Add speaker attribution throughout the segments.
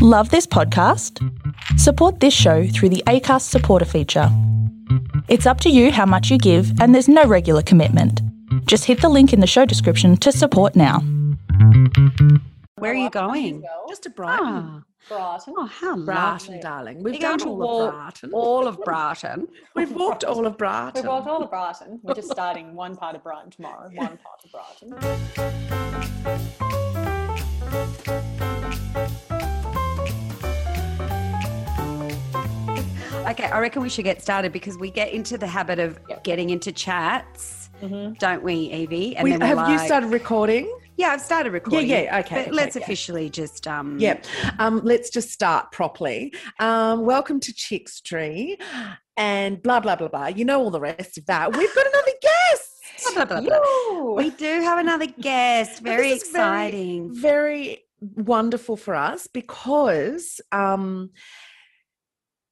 Speaker 1: Love this podcast? Support this show through the ACAST supporter feature. It's up to you how much you give, and there's no regular commitment. Just hit the link in the show description to support now.
Speaker 2: Where are you going?
Speaker 3: Just to Brighton.
Speaker 2: Ah.
Speaker 3: Brighton.
Speaker 2: Oh, how lovely.
Speaker 3: Brighton,
Speaker 2: darling. We've
Speaker 3: You're going
Speaker 2: done
Speaker 3: to
Speaker 2: all
Speaker 3: walk
Speaker 2: of Brighton.
Speaker 3: all
Speaker 2: of Brighton. We've walked all of Brighton.
Speaker 3: We've walked all of Brighton. We're just starting one part of Brighton tomorrow, one part of Brighton.
Speaker 2: Okay, I reckon we should get started because we get into the habit of
Speaker 3: Yep.
Speaker 2: getting into chats, don't we, Evie? And
Speaker 4: We-
Speaker 2: we're
Speaker 4: have you
Speaker 2: like- Hmm.
Speaker 4: started recording?
Speaker 2: Yeah, I've started recording.
Speaker 4: yeah, okay,
Speaker 2: But
Speaker 4: okay,
Speaker 2: let's
Speaker 4: yeah.
Speaker 2: officially just um
Speaker 4: Yep. Um, let's just start properly. Um, welcome to Chickstree and blah, blah, blah, blah. You know all the rest of that. We've got another guest.
Speaker 2: blah, blah, blah, blah.
Speaker 3: Yoo.
Speaker 2: We do have another guest.
Speaker 4: But
Speaker 2: Very
Speaker 4: this is very-
Speaker 2: exciting.
Speaker 4: Very wonderful for us because um,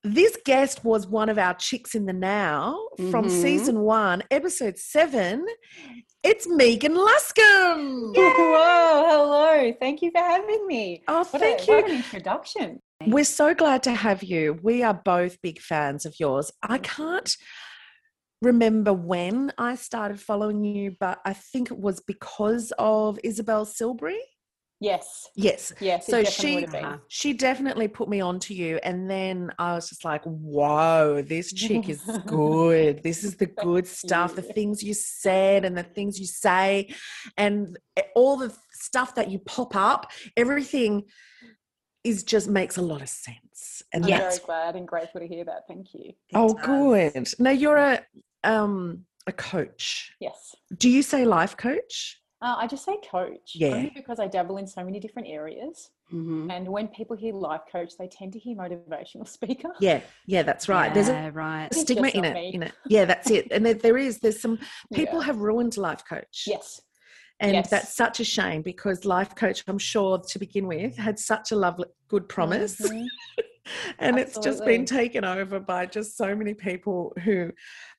Speaker 4: this guest was one of our Chicks in the Now from
Speaker 2: Mhm.
Speaker 4: season one, episode seven. It's Megan Luscombe.
Speaker 3: Whoa, hello. Thank you for having me.
Speaker 4: Oh,
Speaker 3: What
Speaker 4: thank
Speaker 3: a,
Speaker 4: you.
Speaker 3: What an introduction.
Speaker 4: We're so glad to have you. We are both big fans of yours. I can't remember when I started following you, but I think it was because of Isabel Silbury.
Speaker 3: Yes.
Speaker 4: Yes.
Speaker 3: Yes.
Speaker 4: So
Speaker 3: it definitely
Speaker 4: she-
Speaker 3: would have been.
Speaker 2: Uh-huh.
Speaker 4: She definitely put me on to you. And then I was just like, whoa, this chick is good. This is the good stuff, the
Speaker 3: you.
Speaker 4: things you said and the things you say, and all the stuff that you pop up, everything is just makes a lot of sense. And
Speaker 3: I'm
Speaker 2: Yeah.
Speaker 4: that's
Speaker 3: very glad and grateful to hear that. Thank you.
Speaker 4: Oh,
Speaker 2: It does.
Speaker 4: good. Now you're a um a coach.
Speaker 3: Yes.
Speaker 4: Do you say life coach?
Speaker 3: Uh, I just say coach
Speaker 4: Yeah.
Speaker 3: only because I dabble in so many different areas.
Speaker 2: Mhm.
Speaker 3: And when people hear life coach, they tend to hear motivational speaker.
Speaker 4: Yeah, yeah, that's right. There's a Oh,
Speaker 2: Yeah, right.
Speaker 3: It's
Speaker 4: stigma
Speaker 3: just
Speaker 4: in
Speaker 3: not
Speaker 4: it,
Speaker 3: me.
Speaker 4: in it. Yeah, that's it. And there, there is. There's some people
Speaker 3: Yeah.
Speaker 4: have ruined life coach.
Speaker 3: Yes.
Speaker 4: and
Speaker 3: yes.
Speaker 4: that's such a shame because life coach, I'm sure to begin with, had such a lovely, good promise,
Speaker 3: Mhm.
Speaker 4: and it's just been
Speaker 3: absolutely.
Speaker 4: taken over by just so many people who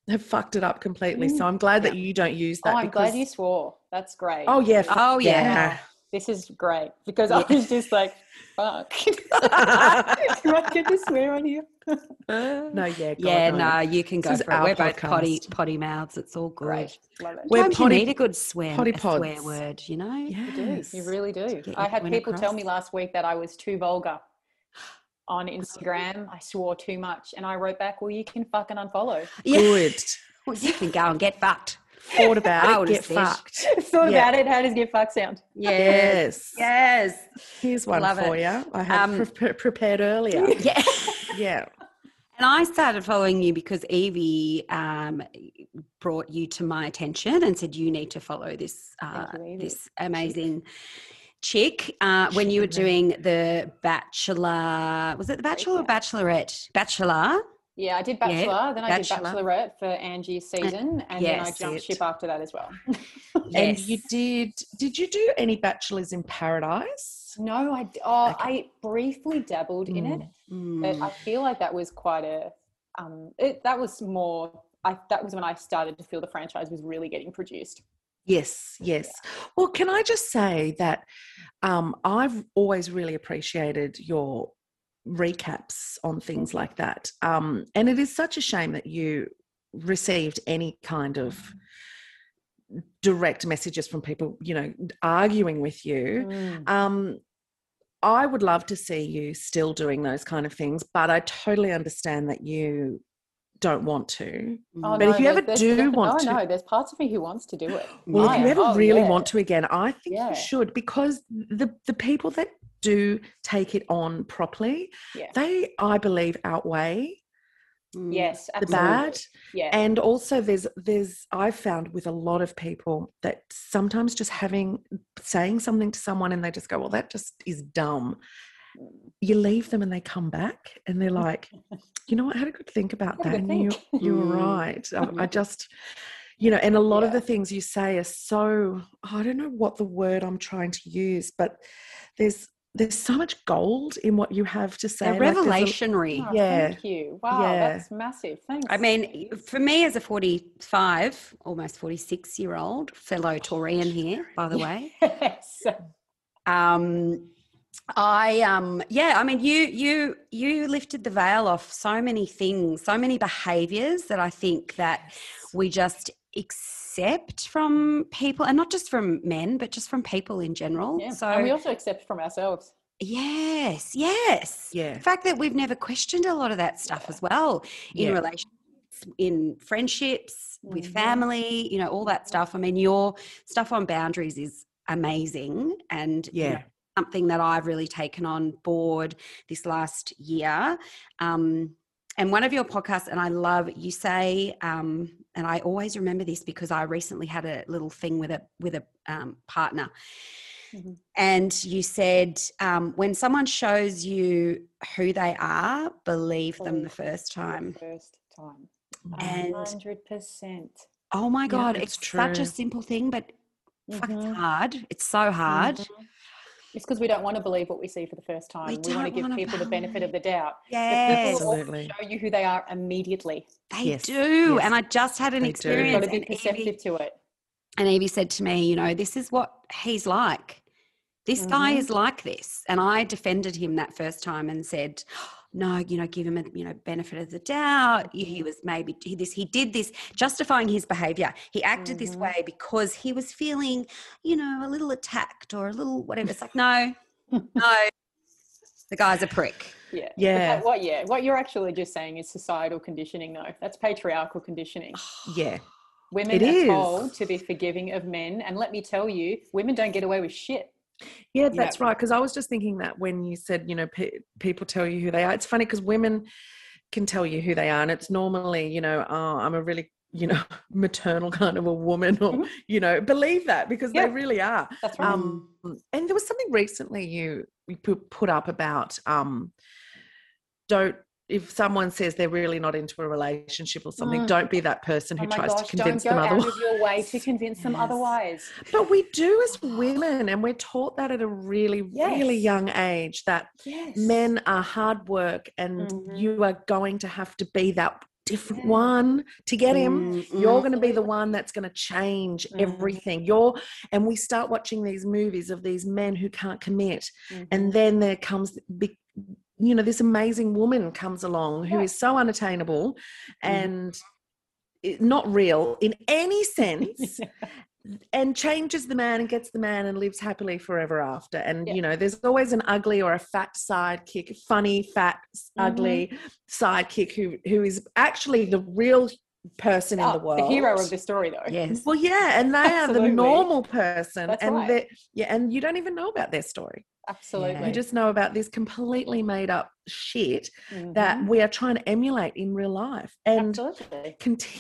Speaker 4: have fucked it up completely.
Speaker 3: Mm.
Speaker 4: So I'm glad that you don't use
Speaker 3: Oh,
Speaker 4: that.
Speaker 3: I'm glad
Speaker 4: because-
Speaker 3: you swore. That's great.
Speaker 4: Oh yeah. fuck
Speaker 2: Oh yeah.
Speaker 3: This is great because
Speaker 2: Yeah.
Speaker 3: I was just like, fuck. Do I get to swear on here?
Speaker 4: No, yeah. God,
Speaker 2: Yeah, no, you can go
Speaker 4: is
Speaker 2: for it.
Speaker 4: our
Speaker 2: We're both potty
Speaker 4: podcast.
Speaker 2: potty mouths. It's all good.
Speaker 3: Great. Love it.
Speaker 4: We're
Speaker 2: Sometimes
Speaker 4: potty-
Speaker 2: you need a good swear,
Speaker 4: potty
Speaker 2: a swear
Speaker 4: pods.
Speaker 2: word, you know?
Speaker 3: You do.
Speaker 4: Yes.
Speaker 3: You really do.
Speaker 2: Get
Speaker 3: I
Speaker 2: your
Speaker 3: had
Speaker 2: point
Speaker 3: people tell me
Speaker 2: across.
Speaker 3: last week that I was too vulgar on Instagram. I swore too much. And I wrote back, well, you can fucking unfollow.
Speaker 4: good.
Speaker 2: Well, you can go and get fucked.
Speaker 4: Thought
Speaker 2: I
Speaker 4: about
Speaker 2: would
Speaker 4: it. Get
Speaker 2: have said.
Speaker 4: fucked.
Speaker 3: Thought
Speaker 4: Yeah.
Speaker 3: about it. How does get fuck sound?
Speaker 4: Yes.
Speaker 2: Yes.
Speaker 4: Here's one
Speaker 2: Love
Speaker 4: for
Speaker 2: it.
Speaker 4: you. I had
Speaker 2: Um,
Speaker 4: pre- prepared earlier.
Speaker 2: Yeah.
Speaker 4: yeah.
Speaker 2: And I started following you because Evie um, brought you to my attention and said you need to follow this uh,
Speaker 3: Thank you, Evie.
Speaker 2: this amazing chick uh, when you were
Speaker 4: Chick.
Speaker 2: doing the Bachelor. Was it the Bachelor or Bachelorette? Bachelor.
Speaker 3: Yeah, I did
Speaker 2: Yeah,
Speaker 3: Bachelor, then I did
Speaker 2: Bachelor.
Speaker 3: Bachelorette for Angie's season, and then I
Speaker 2: yes,
Speaker 3: jumped
Speaker 4: it.
Speaker 3: ship after that as well.
Speaker 4: And you uh, did did you do any bachelors in paradise?
Speaker 3: No, I, d- oh,
Speaker 4: Okay.
Speaker 3: I briefly dabbled in it,
Speaker 4: Mm.
Speaker 3: but I
Speaker 2: Mm.
Speaker 3: feel like that was quite a um it, that was more I that was when I started to feel the franchise was really getting produced.
Speaker 4: Yes, yes. Well, can I just say that um, I've always really appreciated your recaps on things like that. Um, and it is such a shame that you received any kind of direct messages from people, you know, arguing with you. Um, I would love to see you still doing those kind of things, but I totally understand that you don't want to.
Speaker 3: Oh,
Speaker 2: mm.
Speaker 4: But if you
Speaker 3: there's-
Speaker 4: ever
Speaker 3: there's
Speaker 4: do
Speaker 3: defi-
Speaker 4: want
Speaker 3: oh,
Speaker 4: to-
Speaker 3: no, there's parts of me who wants to do it.
Speaker 4: Well,
Speaker 3: I
Speaker 4: if
Speaker 3: am.
Speaker 4: you ever
Speaker 3: Oh,
Speaker 4: really
Speaker 3: yeah.
Speaker 4: want to again, I think
Speaker 3: Yeah.
Speaker 4: you should because the the people that do take it on properly,
Speaker 3: Yeah.
Speaker 4: they I believe outweigh
Speaker 2: Mm.
Speaker 3: Yes,
Speaker 4: the
Speaker 3: absolutely.
Speaker 4: bad.
Speaker 3: Yeah.
Speaker 4: And also, there's there's I've found with a lot of people that sometimes just having saying something to someone and they just go, well, that just is dumb. You leave them and they come back and they're like, you know what, I had a good think about
Speaker 3: Had Mm. a
Speaker 4: that.
Speaker 3: good
Speaker 4: and you,
Speaker 3: think.
Speaker 4: you
Speaker 2: Mm.
Speaker 4: were right. I, I just, you know, and a lot of
Speaker 3: Yeah.
Speaker 4: the things you say are so I don't know what the word I'm trying to use, but there's there's so much gold in what you have to say.
Speaker 2: They're
Speaker 4: like, there's a-
Speaker 2: revelationary.
Speaker 3: Oh,
Speaker 4: yeah.
Speaker 3: Thank you. Wow,
Speaker 4: Yeah.
Speaker 3: that's massive. Thanks.
Speaker 2: I mean, for me as a 45, almost 46 year old fellow Taurian here, by the way,
Speaker 3: yes.
Speaker 2: um, I um yeah, I mean you you you lifted the veil off so many things, so many behaviors that I think that we just accept from people and not just from men, but just from people in general.
Speaker 3: Yeah.
Speaker 2: So
Speaker 3: and we also accept from ourselves.
Speaker 2: yes, yes.
Speaker 4: Yeah.
Speaker 2: The fact that we've never questioned a lot of that stuff as well in
Speaker 4: Yeah. Mm-hmm.
Speaker 2: relationships, in friendships, with
Speaker 3: Mhm.
Speaker 2: family, you know, all that stuff. I mean, your stuff on boundaries is amazing and you know,
Speaker 4: Yeah.
Speaker 2: something that I've really taken on board this last year. Um, and one of your podcasts, and I love you say, um, and I always remember this because I recently had a little thing with a with a um, partner,
Speaker 4: Mm-hmm.
Speaker 3: Mhm.
Speaker 2: and you said um, when someone shows you who they are, believe
Speaker 4: Oh.
Speaker 2: them the
Speaker 3: Believe
Speaker 2: first
Speaker 3: for the
Speaker 2: time.
Speaker 3: First time.
Speaker 2: And-
Speaker 3: hundred percent.
Speaker 2: Oh my
Speaker 4: Yeah,
Speaker 2: god,
Speaker 4: it's
Speaker 2: it's such a
Speaker 4: true. Mm-hmm.
Speaker 2: simple thing, but fuck, it's hard. It's so hard.
Speaker 3: Mm-hmm. It's because we don't want to believe what we see for the first time. We, want
Speaker 2: don't
Speaker 3: to give
Speaker 2: wanna
Speaker 3: people the benefit of the doubt. But
Speaker 2: Yes,
Speaker 3: people will
Speaker 4: Absolutely.
Speaker 3: show you who they are immediately.
Speaker 2: they
Speaker 4: Yes,
Speaker 2: do.
Speaker 4: yes.
Speaker 2: And I just had an
Speaker 4: They do.
Speaker 3: You've
Speaker 2: experience. E
Speaker 3: got to be
Speaker 2: and Evie-
Speaker 3: perceptive to it.
Speaker 2: And Evie said to me, you know, this is what he's like. This guy is like this. And I defended him that first time and said, no, you know, give him a you know benefit of the doubt. He he was maybe he, this. He did this, justifying his behaviour. He acted this
Speaker 3: Mhm.
Speaker 2: way because he was feeling, you know, a little attacked or a little whatever. It's like no, no, the guy's a prick.
Speaker 3: Yeah. But
Speaker 4: Yeah.
Speaker 3: that- what? Yeah. What you're actually just saying is societal conditioning, though. That's patriarchal conditioning.
Speaker 4: Yeah.
Speaker 3: Women
Speaker 4: Ah, It
Speaker 3: are
Speaker 4: is.
Speaker 3: told to be forgiving of men, and let me tell you, women don't get away with shit.
Speaker 4: Yeah, that's right. Because I was just thinking that when you said, you know, pe- people tell you who they are. It's funny because women can tell you who they are, and it's normally, you know, oh, I'm a really, you know, maternal kind of a woman, or
Speaker 3: Mhm.
Speaker 4: you know, believe that because
Speaker 3: Yeah.
Speaker 4: they really are.
Speaker 3: That's right.
Speaker 4: Um, and there was something recently you you pu- put up about um, don't if someone says they're really not into a relationship or something,
Speaker 3: Mm.
Speaker 4: don't be that person who
Speaker 3: oh my
Speaker 4: tries
Speaker 3: gosh!
Speaker 4: to
Speaker 3: Don't
Speaker 4: convince
Speaker 3: go
Speaker 4: them
Speaker 3: out
Speaker 4: otherwise.
Speaker 3: of your way to convince them
Speaker 4: Yes.
Speaker 3: otherwise.
Speaker 4: But we do as women, and we're taught that at a really, really
Speaker 3: Yes.
Speaker 4: young age that
Speaker 3: Yes.
Speaker 4: men are hard work and
Speaker 3: Mhm.
Speaker 4: you are going to have to be that different
Speaker 3: Yeah. Mm-hmm.
Speaker 4: one to get him.
Speaker 2: Mm, mm.
Speaker 4: You're going to be the one that's going to change
Speaker 3: Mhm.
Speaker 4: everything. You're, and we start watching these movies of these men who can't commit,
Speaker 3: Mhm.
Speaker 4: and then there comes big you know this amazing woman comes along who
Speaker 3: Yeah. Mm.
Speaker 4: is so unattainable and i- not real in any sense and changes the man and gets the man and lives happily forever after and
Speaker 3: Yeah.
Speaker 4: you know there's always an ugly or a fat sidekick funny fat s-
Speaker 3: Mhm.
Speaker 4: ugly sidekick who who is actually the real person
Speaker 3: Oh,
Speaker 4: in the world
Speaker 3: hero of the story, though.
Speaker 2: Yes.
Speaker 4: well yeah and they are
Speaker 3: Absolutely.
Speaker 4: the normal person
Speaker 3: That's
Speaker 4: and
Speaker 3: right.
Speaker 4: they yeah and you don't even know about their story
Speaker 3: Absolutely.
Speaker 4: you just know about this completely made up shit
Speaker 3: Mhm.
Speaker 4: that um, we are trying to emulate in real life and
Speaker 3: Absolutely.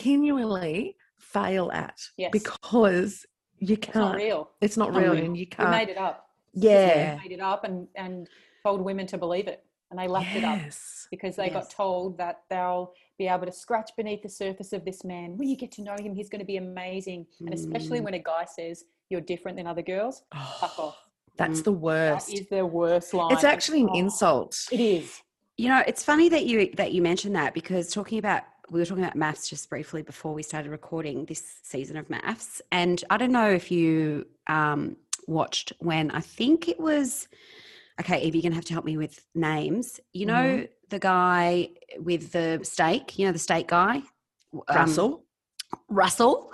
Speaker 4: continually fail at
Speaker 3: Yes.
Speaker 4: because you
Speaker 3: It's not
Speaker 4: can't.
Speaker 3: real.
Speaker 4: It's not
Speaker 2: not
Speaker 4: real,
Speaker 2: real.
Speaker 4: and you
Speaker 3: We
Speaker 4: can't.
Speaker 3: made it up.
Speaker 4: Yeah.
Speaker 3: Made it up and and told women to believe it, and they lapped it up
Speaker 4: Yes.
Speaker 3: because they got
Speaker 2: Yes.
Speaker 3: told that they'll be able to scratch beneath the surface of this man. When you get to know him, he's going to be amazing. And especially
Speaker 2: Mm.
Speaker 3: when a guy says you're different than other girls, fuck
Speaker 4: Oh,
Speaker 3: off.
Speaker 4: that's
Speaker 2: Mm.
Speaker 4: the
Speaker 3: That
Speaker 4: worst.
Speaker 3: is the worst line.
Speaker 4: It's actually an
Speaker 3: Oh,
Speaker 4: insult.
Speaker 3: It is.
Speaker 2: You know, it's funny that you that you mentioned that because talking about we were talking about maths just briefly before we started recording this season of maths, and I don't know if you um, watched when I think it was. Okay, Evie, you're gonna have to help me with names. You know
Speaker 4: Mm-hmm.
Speaker 2: the guy with the steak. You know the steak guy, W- um,
Speaker 4: Russell,
Speaker 2: Russell,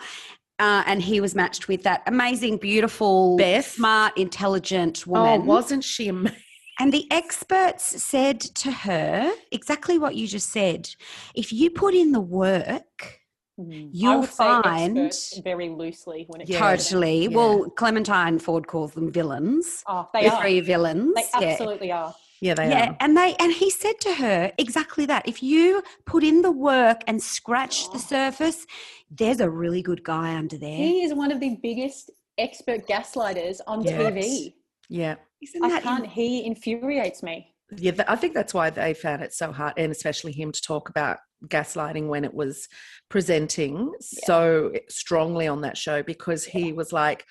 Speaker 2: uh, and he was matched with that amazing, beautiful,
Speaker 4: Beth.
Speaker 2: smart, intelligent
Speaker 4: Oh,
Speaker 2: woman.
Speaker 4: wasn't she amazing?
Speaker 2: And the experts said to her exactly what you just said. If you put in the work,
Speaker 3: Mm. I
Speaker 2: You'll
Speaker 3: would say expert
Speaker 2: find-
Speaker 3: very loosely when it
Speaker 4: Yeah.
Speaker 3: comes to that.
Speaker 2: totally.
Speaker 4: yeah.
Speaker 2: Well, Clementine Ford calls them villains.
Speaker 3: Oh,
Speaker 2: the
Speaker 3: they are.
Speaker 2: three villains.
Speaker 3: They
Speaker 2: yeah.
Speaker 3: absolutely are.
Speaker 4: Yeah, they
Speaker 2: Yeah,
Speaker 4: are.
Speaker 2: and they and he said to her exactly that. If you put in the work and scratch the surface, there's a really good guy under there.
Speaker 3: He is one of the biggest expert gaslighters on
Speaker 4: Yes.
Speaker 3: TV.
Speaker 4: Yeah,
Speaker 2: Isn't
Speaker 3: I
Speaker 2: that
Speaker 3: can't. He infuriates me.
Speaker 4: yeah. th- I think that's why they found it so hard, and especially him to talk about gaslighting when it was presenting so strongly on that show because he was like,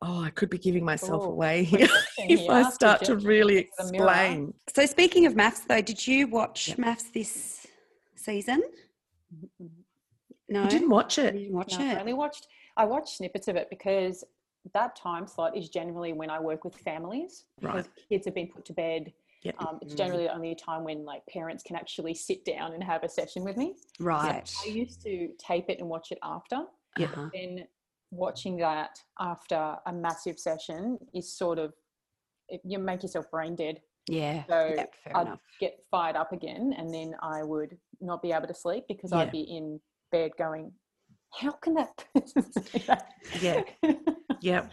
Speaker 4: "Oh, I could be giving myself
Speaker 3: Ooh,
Speaker 4: away here."
Speaker 3: Projection,
Speaker 4: if I
Speaker 3: yeah,
Speaker 4: start to
Speaker 3: projection
Speaker 4: really
Speaker 3: into the mirror.
Speaker 4: explain.
Speaker 2: So speaking of maths though, did you watch maths this season? No.
Speaker 4: I didn't watch
Speaker 2: I
Speaker 4: it.
Speaker 2: didn't watch
Speaker 3: No, I
Speaker 2: it.
Speaker 3: only watched. I watched snippets of it because that time slot is generally when I work with families because
Speaker 4: Right. Mm.
Speaker 3: kids have been put to bed.
Speaker 4: Yep.
Speaker 3: Um, it's
Speaker 2: Mhm.
Speaker 3: generally the only time when like parents can actually sit down and have a session with me.
Speaker 2: Right.
Speaker 3: I used to tape it and watch it after.
Speaker 4: Yeah.
Speaker 2: Uh-huh.
Speaker 3: Then watching that after a massive session is sort of it- you make yourself brain dead.
Speaker 2: Yeah.
Speaker 3: So
Speaker 2: yeah, fair
Speaker 3: I'd
Speaker 2: enough.
Speaker 3: get fired up again, and then I would not be able to sleep because
Speaker 4: Yeah.
Speaker 3: I'd be in bed going, "How can that?" person say that?"
Speaker 4: Yeah. Yep.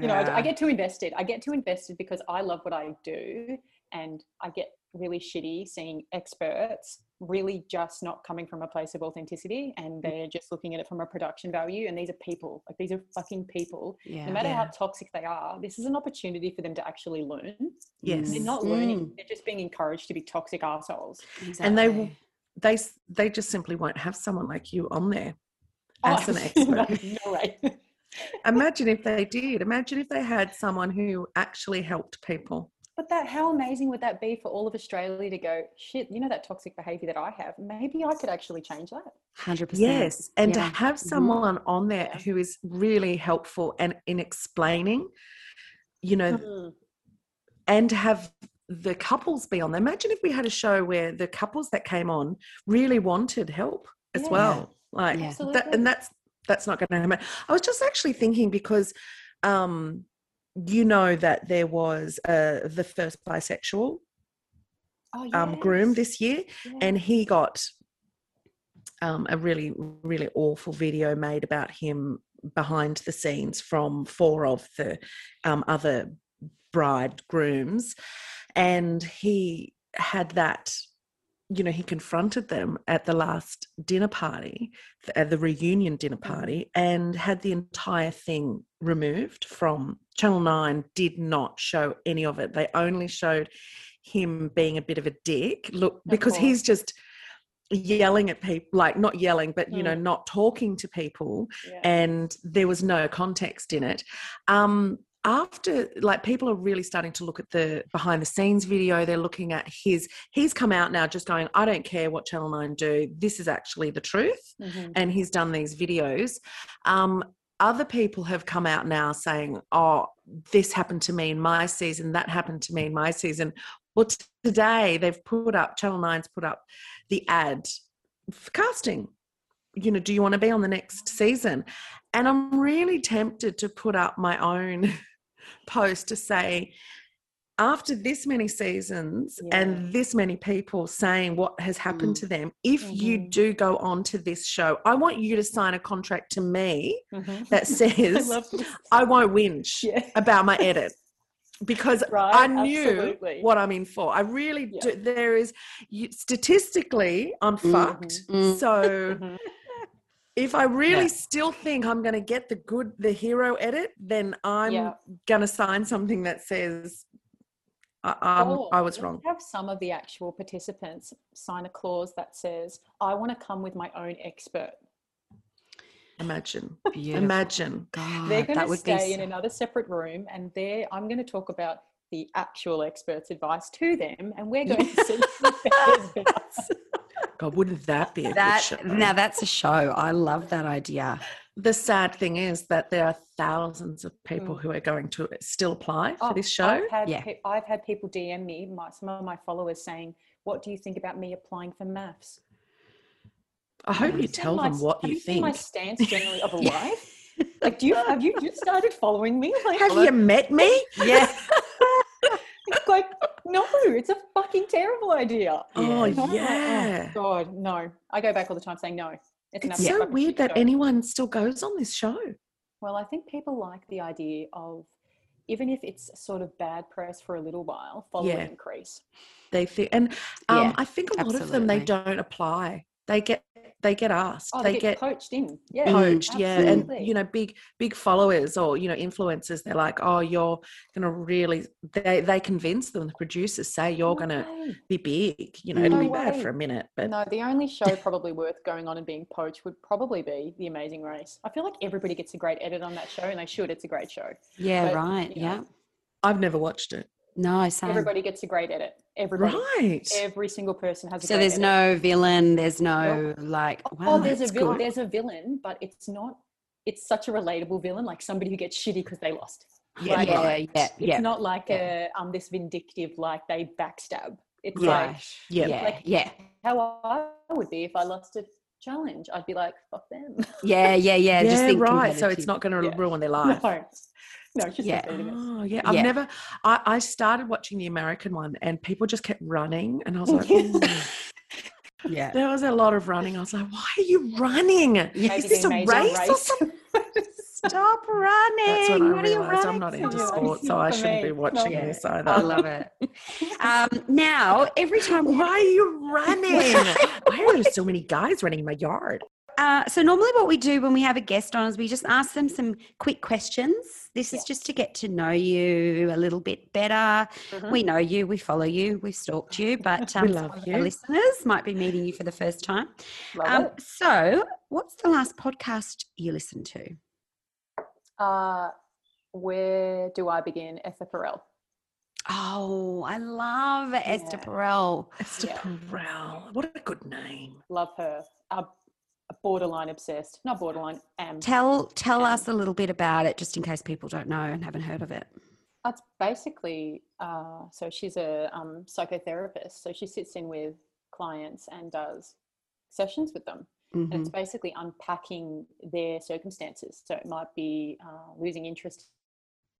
Speaker 3: you know, I, I
Speaker 2: Yeah.
Speaker 3: get too invested. I get too invested because I love what I do, and I get really shitty seeing experts really just not coming from a place of authenticity,
Speaker 2: Mm.
Speaker 3: and they're just looking at it from a production value. And these are people, like these are fucking people.
Speaker 2: Yeah.
Speaker 3: No matter how
Speaker 4: Yeah.
Speaker 3: toxic they are, this is an opportunity for them to actually learn.
Speaker 4: Yes.
Speaker 3: They're
Speaker 4: Mm.
Speaker 3: not learning; they're just being encouraged to be toxic assholes.
Speaker 4: And they will-
Speaker 2: Mm. exactly.
Speaker 4: They s- they just simply won't have someone like you on there
Speaker 3: Oh,
Speaker 4: as an
Speaker 3: no,
Speaker 4: expert.
Speaker 3: no way.
Speaker 4: Imagine if they did. Imagine if they had someone who actually helped people.
Speaker 3: But that, how amazing would that be for all of Australia to go, shit, you know, that toxic behavior that I have, maybe I could actually change that.
Speaker 2: 100%.
Speaker 4: Yes, and to
Speaker 2: Yeah.
Speaker 4: have
Speaker 2: Mhm.
Speaker 4: someone on there
Speaker 3: Yeah.
Speaker 4: who is really helpful and in explaining, you know,
Speaker 3: Mm-hmm.
Speaker 4: and to have the couples be on there. Imagine if we had a show where the couples that came on really wanted help as
Speaker 3: Yeah.
Speaker 4: well. Like
Speaker 2: Yeah.
Speaker 4: that,
Speaker 3: Absolutely.
Speaker 4: and that's that's not going to happen. I was just actually thinking because, um, you know, that there was uh, the first bisexual
Speaker 3: Oh,
Speaker 4: um, groom
Speaker 3: yes,
Speaker 4: this year,
Speaker 3: yeah.
Speaker 4: and he got um, a really really awful video made about him behind the scenes from four of the um, other bridegrooms and he had that you know he confronted them at the last dinner party th- at the reunion dinner party and had the entire thing removed from channel 9 did not show any of it they only showed him being a bit of a dick look because
Speaker 3: course.
Speaker 4: he's just yelling at people like not yelling but you know not talking to people
Speaker 3: Yeah.
Speaker 4: and there was no context in it um after like people are really starting to look at the behind the scenes video they're looking at his he's come out now just going i don't care what channel 9 do this is actually the truth
Speaker 3: Mhm.
Speaker 4: and he's done these videos um other people have come out now saying oh this happened to me in my season that happened to me in my season well t- today they've put up channel 9's put up the ad for casting you know do you want to be on the next season and i'm really tempted to put up my own post to say after this many seasons
Speaker 3: Yeah.
Speaker 4: and this many people saying what has happened
Speaker 2: Mm.
Speaker 4: to them if you
Speaker 3: Mhm.
Speaker 4: do go on to this show i want you to sign a contract to me
Speaker 3: Mhm.
Speaker 4: that says
Speaker 3: I love this.
Speaker 4: I won't whinge
Speaker 3: Yeah.
Speaker 4: about my edit because
Speaker 3: Right,
Speaker 4: I knew
Speaker 3: absolutely.
Speaker 4: what I'm in for. I really
Speaker 3: Yeah.
Speaker 4: do. There is you, statistically, I'm
Speaker 2: Mhm.
Speaker 4: fucked.
Speaker 2: Mm.
Speaker 4: So
Speaker 3: Mhm.
Speaker 4: if I really
Speaker 2: Yeah.
Speaker 4: still think I'm going to get the good, the hero edit, then I'm
Speaker 3: Yeah.
Speaker 4: going to sign something that says I, I'm,
Speaker 3: Or
Speaker 4: um, I was
Speaker 3: let's
Speaker 4: wrong.
Speaker 3: Have some of the actual participants sign a clause that says, I want to come with my own expert.
Speaker 4: Imagine,
Speaker 2: Beautiful.
Speaker 4: imagine.
Speaker 2: God,
Speaker 3: They're going
Speaker 2: that
Speaker 3: to
Speaker 2: would
Speaker 3: stay
Speaker 2: be
Speaker 3: in another separate room, and there I'm going to talk about the actual experts' advice to them, and we're going to see what theirs was.
Speaker 4: God, wouldn't that be a
Speaker 2: that
Speaker 4: good show?
Speaker 2: now that's a show. I love that idea.
Speaker 4: the sad thing is that there are thousands of people
Speaker 3: Mm.
Speaker 4: who are going to still apply for
Speaker 3: Oh,
Speaker 4: this show.
Speaker 3: I've had,
Speaker 2: Yeah.
Speaker 3: pe- I've had people DM me, my, some of my followers saying, "What do you think about me applying for maths?"
Speaker 4: I hope you
Speaker 3: Have seen
Speaker 4: tell
Speaker 3: my
Speaker 4: them
Speaker 3: s-
Speaker 4: what
Speaker 3: have
Speaker 4: you
Speaker 3: seen
Speaker 4: think.
Speaker 3: my stance generally of a
Speaker 2: Yeah.
Speaker 3: life. Like, do you have you just started following me? Like,
Speaker 4: Have you met me?
Speaker 2: Yeah.
Speaker 3: like, no, it's a fucking terrible idea.
Speaker 4: Oh
Speaker 2: Yeah.
Speaker 3: No, I'm like,
Speaker 4: yeah.
Speaker 3: oh, God, no. I go back all the time saying no. It's,
Speaker 4: It's
Speaker 3: another
Speaker 4: so
Speaker 3: fucking
Speaker 4: weird
Speaker 3: shit
Speaker 4: that
Speaker 3: show."
Speaker 4: anyone still goes on this show.
Speaker 3: Well, I think people like the idea of even if it's sort of bad press for a little while, following
Speaker 4: Yeah.
Speaker 3: increase.
Speaker 4: They think, and um,
Speaker 2: Yeah,
Speaker 4: I think a lot of them they
Speaker 2: absolutely.
Speaker 4: don't apply. They get they get asked.
Speaker 3: Oh,
Speaker 4: they get
Speaker 3: poached in. Yeah.
Speaker 4: coached yeah and
Speaker 3: absolutely.
Speaker 4: you know big big followers or you know influencers they're like oh you're gonna really they they convince them the producers say you're
Speaker 3: No
Speaker 4: gonna
Speaker 3: way.
Speaker 4: be big you know it'll
Speaker 3: No
Speaker 4: be bad for
Speaker 3: way.
Speaker 4: a minute but
Speaker 3: No, the only show probably worth going on and being poached would probably be The Amazing Race. I feel like everybody gets a great edit on that show, and they should. It's a great show.
Speaker 2: Yeah,
Speaker 3: But,
Speaker 2: right.
Speaker 3: you know,
Speaker 2: Yeah.
Speaker 4: i've never watched it
Speaker 2: No, same.
Speaker 3: Everybody gets a great edit. Everybody.
Speaker 4: right
Speaker 3: Every single person has a
Speaker 2: so
Speaker 3: great
Speaker 2: there's
Speaker 3: edit.
Speaker 2: no villain, there's no like wow,
Speaker 3: oh, there's a
Speaker 2: that's
Speaker 3: villain.
Speaker 2: good.
Speaker 3: There's a villain, but it's not it's such a relatable villain, like somebody who gets shitty because they lost.
Speaker 4: Yeah,
Speaker 3: Like,
Speaker 2: yeah,
Speaker 4: right.
Speaker 2: yeah,
Speaker 3: It's
Speaker 2: yeah.
Speaker 3: not like
Speaker 2: Yeah.
Speaker 3: a um this vindictive like they backstab. It's
Speaker 4: Right.
Speaker 3: like
Speaker 4: Yeah.
Speaker 2: yeah,
Speaker 3: Like-
Speaker 2: yeah,
Speaker 3: how I would be if I lost a challenge. I'd be like, fuck them.
Speaker 2: yeah, yeah, yeah. just think
Speaker 4: right. So it's
Speaker 2: competitive.
Speaker 4: not going to
Speaker 3: Yeah.
Speaker 4: ruin their
Speaker 3: no,
Speaker 4: life.
Speaker 3: no, it's just
Speaker 2: Yeah.
Speaker 3: yeah.
Speaker 4: Oh yeah, I've
Speaker 2: Yeah.
Speaker 4: never. I, I started watching the American one, and people just kept running, and I was like, "Ooh."
Speaker 2: yeah,
Speaker 4: there was a lot of running. I was like, why are you running? Is this a race, or something?
Speaker 2: Stop running!
Speaker 4: That's when I
Speaker 2: What are you
Speaker 4: realised I'm
Speaker 2: running
Speaker 4: not
Speaker 2: for?
Speaker 4: into
Speaker 3: for?
Speaker 4: sports, so I
Speaker 3: For
Speaker 4: shouldn't
Speaker 3: me,
Speaker 4: be
Speaker 3: not
Speaker 4: watching
Speaker 3: me.
Speaker 4: this
Speaker 2: I
Speaker 4: either.
Speaker 2: love it. Um, now, every time we
Speaker 4: Why are you running? Why are there so many guys running in my yard?
Speaker 2: Uh, so normally what we do when we have a guest on is we just ask them some quick questions. This is just to get to know you a little bit better.
Speaker 3: Mm-hmm.
Speaker 2: We know you, we follow you, we've stalked you, but um,
Speaker 4: love
Speaker 2: some of our
Speaker 4: you.
Speaker 2: listeners might be meeting you for the first time. Um,
Speaker 3: it.
Speaker 2: so what's the last podcast you listened to?
Speaker 3: Uh, where do I begin? Esther Perel.
Speaker 2: Oh, I love Esther
Speaker 3: Yeah.
Speaker 2: Perel.
Speaker 4: Esther
Speaker 3: Yeah.
Speaker 4: Perel. What a good name.
Speaker 3: Love her. Uh, borderline obsessed. Not borderline. Am.
Speaker 2: Tell tell
Speaker 3: Yeah.
Speaker 2: us a little bit about it, just in case people don't know and haven't heard of it.
Speaker 3: That's basically uh, so she's a um, psychotherapist. So she sits in with clients and does sessions with them. And
Speaker 2: Mhm.
Speaker 3: it's basically unpacking their circumstances. So it might be uh, losing interest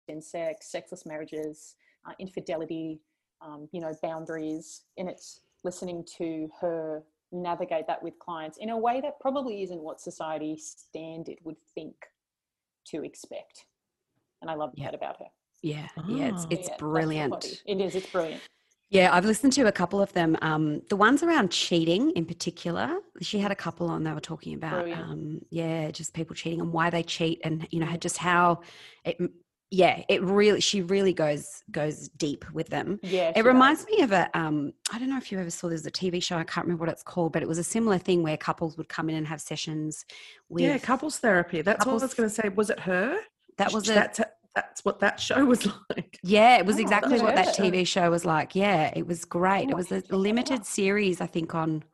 Speaker 3: in sex, sexless marriages, uh, infidelity, um, you know, boundaries. And it's listening to her navigate that with clients in a way that probably isn't what society standard would think to expect. And I love
Speaker 2: Yeah.
Speaker 3: that about her.
Speaker 2: Yeah, yeah, it's
Speaker 4: Ah.
Speaker 2: it's
Speaker 3: Yeah, that's her body.
Speaker 2: brilliant.
Speaker 3: It is. It's brilliant.
Speaker 2: Yeah, I've listened to a couple of them. Um, the ones around cheating in particular, she had a couple on they were talking about,
Speaker 3: Brilliant.
Speaker 2: um, yeah, just people cheating and why they cheat, and you know, how- just how it, m- yeah, it really, she really goes goes deep with them.
Speaker 3: Yeah. she
Speaker 2: It
Speaker 3: does.
Speaker 2: reminds me of a, um, I don't know if you ever saw. There's a TV show I can't remember what it's called, but it was a similar thing where couples would come in and have sessions with.
Speaker 4: Yeah, couples therapy. That's what I was
Speaker 2: Couples-
Speaker 4: going to say. Was it her?
Speaker 2: that was it.
Speaker 4: that's, that's what that show was like.
Speaker 2: Yeah, it was
Speaker 3: Oh, I've
Speaker 2: exactly
Speaker 3: never
Speaker 2: what
Speaker 3: heard
Speaker 2: that
Speaker 3: of it.
Speaker 2: TV show was like. Yeah, it was great.
Speaker 3: Oh,
Speaker 2: It
Speaker 3: I
Speaker 2: was
Speaker 3: should
Speaker 2: a
Speaker 3: check that
Speaker 2: limited
Speaker 3: out.
Speaker 2: series, I think, on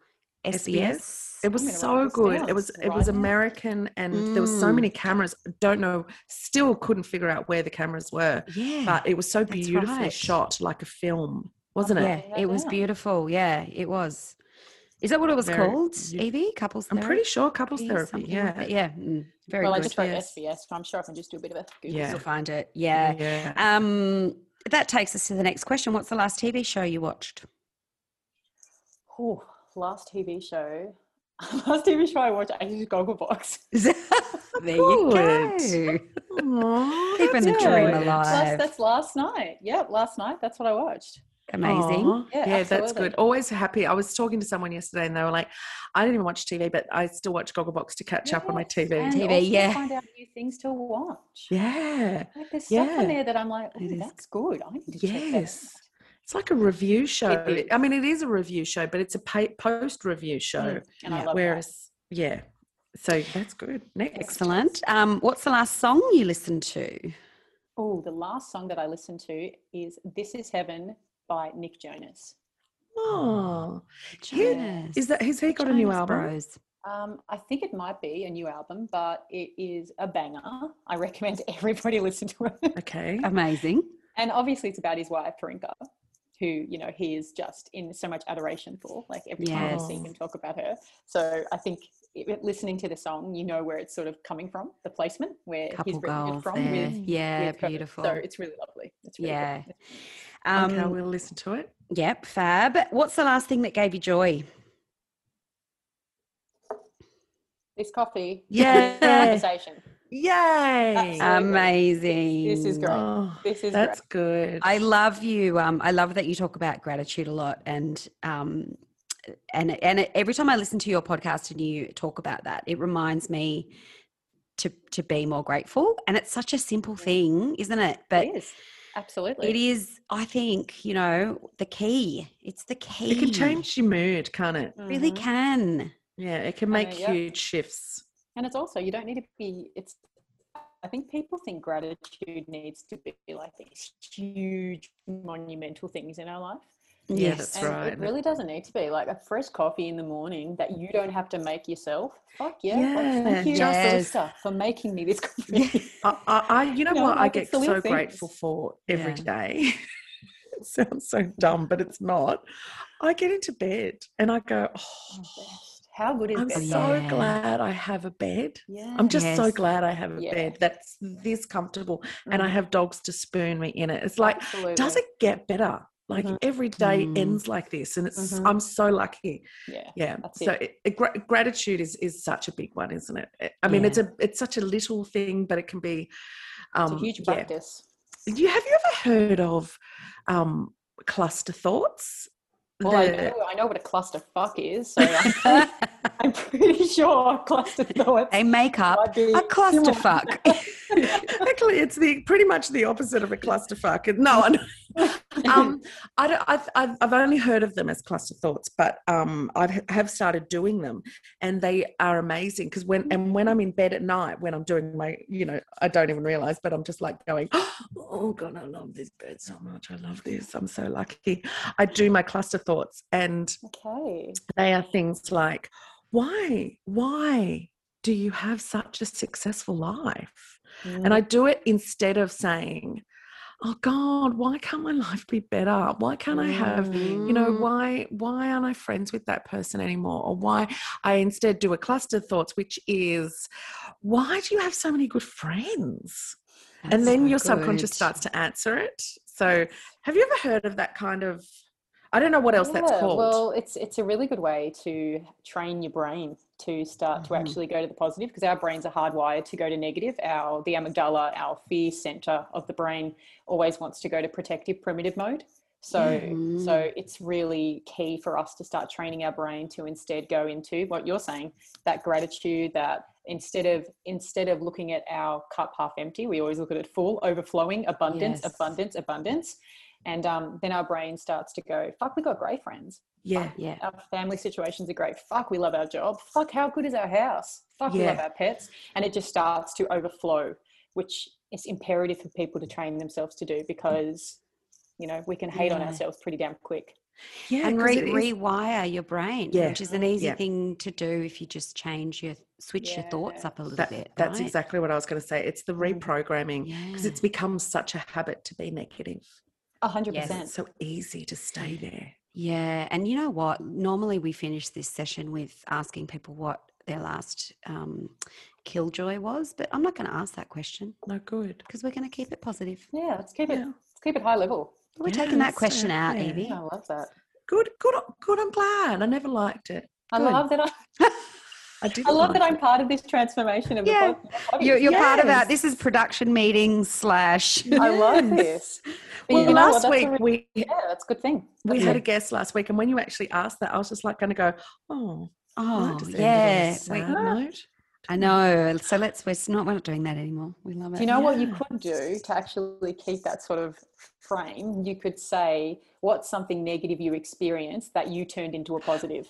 Speaker 2: SBS.
Speaker 4: It was
Speaker 3: gonna write
Speaker 4: so
Speaker 3: this
Speaker 4: good.
Speaker 3: down
Speaker 4: It was it
Speaker 3: right
Speaker 4: was
Speaker 3: now.
Speaker 4: American, and there was so
Speaker 2: Mm.
Speaker 4: many cameras. Don't know, still couldn't figure out where the cameras were,
Speaker 2: Yeah.
Speaker 4: but it was so
Speaker 2: that's
Speaker 4: beautifully
Speaker 2: right.
Speaker 4: shot, like a film, wasn't it?
Speaker 2: yeah,
Speaker 3: writing that
Speaker 2: it was
Speaker 3: down.
Speaker 2: beautiful. Yeah, it was. Is that what it was
Speaker 4: Very-
Speaker 2: called,
Speaker 4: you-
Speaker 2: Evie? Couples
Speaker 4: I'm
Speaker 2: therapy?
Speaker 4: pretty sure couples therapy.
Speaker 2: something like
Speaker 4: Yeah.
Speaker 2: that. Yeah. mm, very
Speaker 3: Well, I
Speaker 2: good.
Speaker 3: just wrote
Speaker 4: yes.
Speaker 3: SBS, so I'm sure I can just do a bit of a Google.
Speaker 4: Yeah.
Speaker 2: You'll find it. Yeah.
Speaker 4: yeah.
Speaker 2: Um, that takes us to the next question. What's the last TV show you watched?
Speaker 3: Oh, last TV show. Last TV show I watched actually was Gogglebox.
Speaker 2: there you go.
Speaker 4: Good. Aw,
Speaker 2: Keeping the
Speaker 4: that's
Speaker 2: dream
Speaker 4: good.
Speaker 2: alive.
Speaker 3: Last, that's last night. Yep, last night. That's what I watched.
Speaker 2: Amazing.
Speaker 4: Aw,
Speaker 3: Yeah,
Speaker 4: Yeah, that's
Speaker 3: absolutely.
Speaker 4: good. Always happy. I was talking to someone yesterday and they were like, I didn't even watch TV, but I still watch Gogglebox to catch up on my
Speaker 3: Yes,
Speaker 4: TV.
Speaker 3: and
Speaker 2: TV,
Speaker 3: also
Speaker 2: yeah.
Speaker 3: Find out new things to watch.
Speaker 4: Yeah.
Speaker 3: Like, there's stuff
Speaker 4: Yeah.
Speaker 3: on there that I'm like, oh,
Speaker 2: It is-
Speaker 3: that's good. I need to check that
Speaker 4: Yes.
Speaker 3: out.
Speaker 4: It's like a review show.
Speaker 3: is.
Speaker 4: I mean, it is a review show, but it's a pa- post review show.
Speaker 3: Mm, And I
Speaker 2: Yeah.
Speaker 3: love that.
Speaker 4: Whereas, yeah. So that's good. Next.
Speaker 2: Excellent. Um, what's the last song you listened to?
Speaker 3: Oh, the last song that I listened to is "This Is Heaven" by Nick Jonas.
Speaker 4: Oh, Who- is that? Has he got a new
Speaker 2: Jonas
Speaker 4: album?
Speaker 2: Bros.
Speaker 3: Um, I think it might be a new album, but it is a banger. I recommend everybody listen to it.
Speaker 4: Okay.
Speaker 3: Um,
Speaker 2: Amazing.
Speaker 3: and obviously it's about his wife Parinka, who you know he is just in so much adoration for. Like every time I see
Speaker 4: Yes.
Speaker 3: him talk about her, so I think it, listening to the song, you know where it's sort of coming from, the placement where
Speaker 2: Couple
Speaker 3: he's written
Speaker 2: goals
Speaker 3: it from.
Speaker 2: there.
Speaker 3: With,
Speaker 2: yeah,
Speaker 3: with her.
Speaker 2: beautiful.
Speaker 3: So it's really lovely. It's really
Speaker 2: Yeah.
Speaker 3: Good.
Speaker 2: Um,
Speaker 4: okay, we'll listen to it.
Speaker 2: Yep, fab. What's the last thing that gave you joy?
Speaker 3: This coffee.
Speaker 4: Yay.
Speaker 3: Conversation.
Speaker 4: Yay!
Speaker 3: Absolutely.
Speaker 2: Amazing.
Speaker 3: This is great.
Speaker 4: Oh,
Speaker 3: This is
Speaker 4: that's
Speaker 3: great.
Speaker 4: good.
Speaker 2: I love you. Um, I love that you talk about gratitude a lot, and um, and and every time I listen to your podcast and you talk about that, it reminds me to to be more grateful. And it's such a simple thing, isn't it? But
Speaker 3: it is. Absolutely.
Speaker 2: It is, I think, you know, the key. It's the key.
Speaker 4: It can change Mm-hmm. your mood, can't it?
Speaker 2: It really
Speaker 3: Mhm.
Speaker 2: can.
Speaker 4: Yeah, it can
Speaker 3: I know,
Speaker 4: make
Speaker 3: yeah.
Speaker 4: huge shifts.
Speaker 3: And it's also you don't need to be. It's I think people think gratitude needs to be like these huge monumental things in our life,
Speaker 4: Yeah, that's
Speaker 3: And
Speaker 4: right.
Speaker 3: It really doesn't need to be like a fresh coffee in the morning that you don't have to make yourself. Fuck yeah. like,
Speaker 4: Yeah,
Speaker 3: thank you,
Speaker 2: just-
Speaker 3: Barista, for making me this coffee.
Speaker 4: I, I, I you know
Speaker 3: No,
Speaker 4: what? I
Speaker 3: like,
Speaker 4: get
Speaker 3: it's the little
Speaker 4: so grateful
Speaker 3: things.
Speaker 4: for every
Speaker 2: Yeah.
Speaker 4: day. it sounds so dumb, but it's not. I get into bed and I go, oh,
Speaker 3: Best. How good is
Speaker 4: I'm so
Speaker 3: best?
Speaker 2: Yeah.
Speaker 4: glad I have a bed.
Speaker 3: Yeah.
Speaker 4: I'm just so
Speaker 2: Yes.
Speaker 4: glad I have a
Speaker 3: Yeah. Mm-hmm.
Speaker 4: bed that's this comfortable and I have dogs to spoon me in it. It's like,
Speaker 3: Absolutely.
Speaker 4: does it get better? Like
Speaker 3: Mhm.
Speaker 4: every day
Speaker 2: Mm.
Speaker 4: ends like this, and it's
Speaker 3: Mhm.
Speaker 4: I'm so lucky.
Speaker 3: Yeah.
Speaker 4: Yeah.
Speaker 3: That's
Speaker 4: so
Speaker 3: it.
Speaker 4: it, it, gra- gratitude is is such a big one, isn't it? I- I mean,
Speaker 2: Yeah.
Speaker 4: it's a it's such a little thing, but it can be
Speaker 3: It's
Speaker 4: um,
Speaker 3: a huge
Speaker 4: yeah.
Speaker 3: practice.
Speaker 4: Do you have you ever heard of um, cluster thoughts?
Speaker 3: Well, Oh, I
Speaker 4: The-
Speaker 3: know, I know what a cluster fuck is, so I'm, I'm pretty sure cluster thoughts.
Speaker 2: they make up
Speaker 3: might be
Speaker 2: a
Speaker 3: similar.
Speaker 2: clusterfuck.
Speaker 4: Actually, it's the pretty much the opposite of a clusterfuck. No, I know. um, I don't, I've, I've, I've only heard of them as cluster thoughts, but um, I have started doing them, and they are amazing. Because when and when I'm in bed at night, when I'm doing my, you know, I don't even realize, but I'm just like going, oh god, I love this bed so much. I love this. I'm so lucky. I do my cluster thoughts, and
Speaker 3: Okay.
Speaker 4: they are things like, why, why do you have such a successful life? And
Speaker 2: Mm.
Speaker 4: I do it instead of saying, Oh God, why can't my life be better? Why can't I have, you know,
Speaker 2: Mm.
Speaker 4: why why aren't I friends with that person anymore? Or why I instead do a cluster thoughts, which is, why do you have so many good friends?
Speaker 2: That's
Speaker 4: and then
Speaker 2: so
Speaker 4: your subconscious
Speaker 2: good.
Speaker 4: starts to answer it. So have you ever heard of that kind of I don't know what else that's
Speaker 3: Yeah,
Speaker 4: called.
Speaker 3: Well, it's it's a really good way to train your brain to start to
Speaker 4: Mhm.
Speaker 3: actually go to the positive because our brains are hardwired to go to negative. Our the amygdala, our fear center of the brain, always wants to go to protective primitive mode. So
Speaker 2: Mhm.
Speaker 3: so
Speaker 4: Mm-hmm.
Speaker 3: it's really key for us to start training our brain to instead go into what you're saying, that gratitude, that instead of instead of looking at our cup half empty, we always look at it full, overflowing, abundance,
Speaker 2: Yes.
Speaker 3: abundance, abundance. And um, then our brain starts to go, fuck, we got great friends.
Speaker 4: yeah.
Speaker 2: Yeah.
Speaker 3: Our family situations are great. Fuck, we love our job. Fuck, how good is our house? Fuck, we love
Speaker 4: Yeah.
Speaker 3: our pets. And it just starts to overflow, which is imperative for people to train themselves to do because, you know, we can hate on
Speaker 2: Yeah.
Speaker 3: ourselves pretty damn quick.
Speaker 4: Yeah.
Speaker 2: and
Speaker 4: 'cause
Speaker 2: re-
Speaker 4: it is-
Speaker 2: rewire your brain,
Speaker 4: Yeah.
Speaker 2: which is an easy
Speaker 4: Yeah.
Speaker 2: thing to do if you just change your switch your thoughts
Speaker 3: Yeah.
Speaker 2: up a little
Speaker 4: that-
Speaker 2: bit.
Speaker 4: that's
Speaker 2: right?
Speaker 4: exactly what I was going to say. It's the
Speaker 3: Mm.
Speaker 4: reprogramming. because
Speaker 2: yeah.
Speaker 4: it's become such a habit to be negative.
Speaker 3: A 100%.
Speaker 2: Yes.
Speaker 4: It's so easy to stay
Speaker 3: Mm.
Speaker 4: there.
Speaker 2: yeah. And you know what? Normally we finish this session with asking people what their last um, killjoy was, but I'm not going to ask that question
Speaker 4: No good.
Speaker 2: because we're going to keep it positive.
Speaker 3: Yeah, let's keep it
Speaker 4: Yeah.
Speaker 3: let's keep it high level.
Speaker 2: We're taking that
Speaker 4: Yes,
Speaker 2: question out,
Speaker 4: yeah.
Speaker 2: Evie.
Speaker 3: I love that.
Speaker 4: Good, good, o- good. I'm glad. I never liked it.
Speaker 3: I
Speaker 4: Good.
Speaker 3: love that I,
Speaker 4: I did.
Speaker 3: I love that I'm part of this transformation of
Speaker 2: Yeah.
Speaker 3: the podcast.
Speaker 2: You're, you're part of our.
Speaker 4: Yes.
Speaker 2: This is production meeting slash.
Speaker 3: I love this. But
Speaker 4: Well,
Speaker 3: you know what?
Speaker 4: last
Speaker 3: That's a
Speaker 4: week
Speaker 3: really-
Speaker 4: we
Speaker 3: yeah, that's a good thing.
Speaker 4: we
Speaker 3: That's
Speaker 4: had
Speaker 3: good.
Speaker 4: a guest last week, and when you actually asked that, I was just like going to go, oh,
Speaker 2: Oh,
Speaker 4: that just ended uh, on a
Speaker 2: yeah.
Speaker 4: sad
Speaker 2: We,
Speaker 4: note.
Speaker 2: I know. So let's. We're s- not. We're not doing that anymore. We love it.
Speaker 3: Do you know what you
Speaker 4: Yeah.
Speaker 3: could do to actually keep that sort of frame? You could say, What's something negative you experienced that you turned into a positive?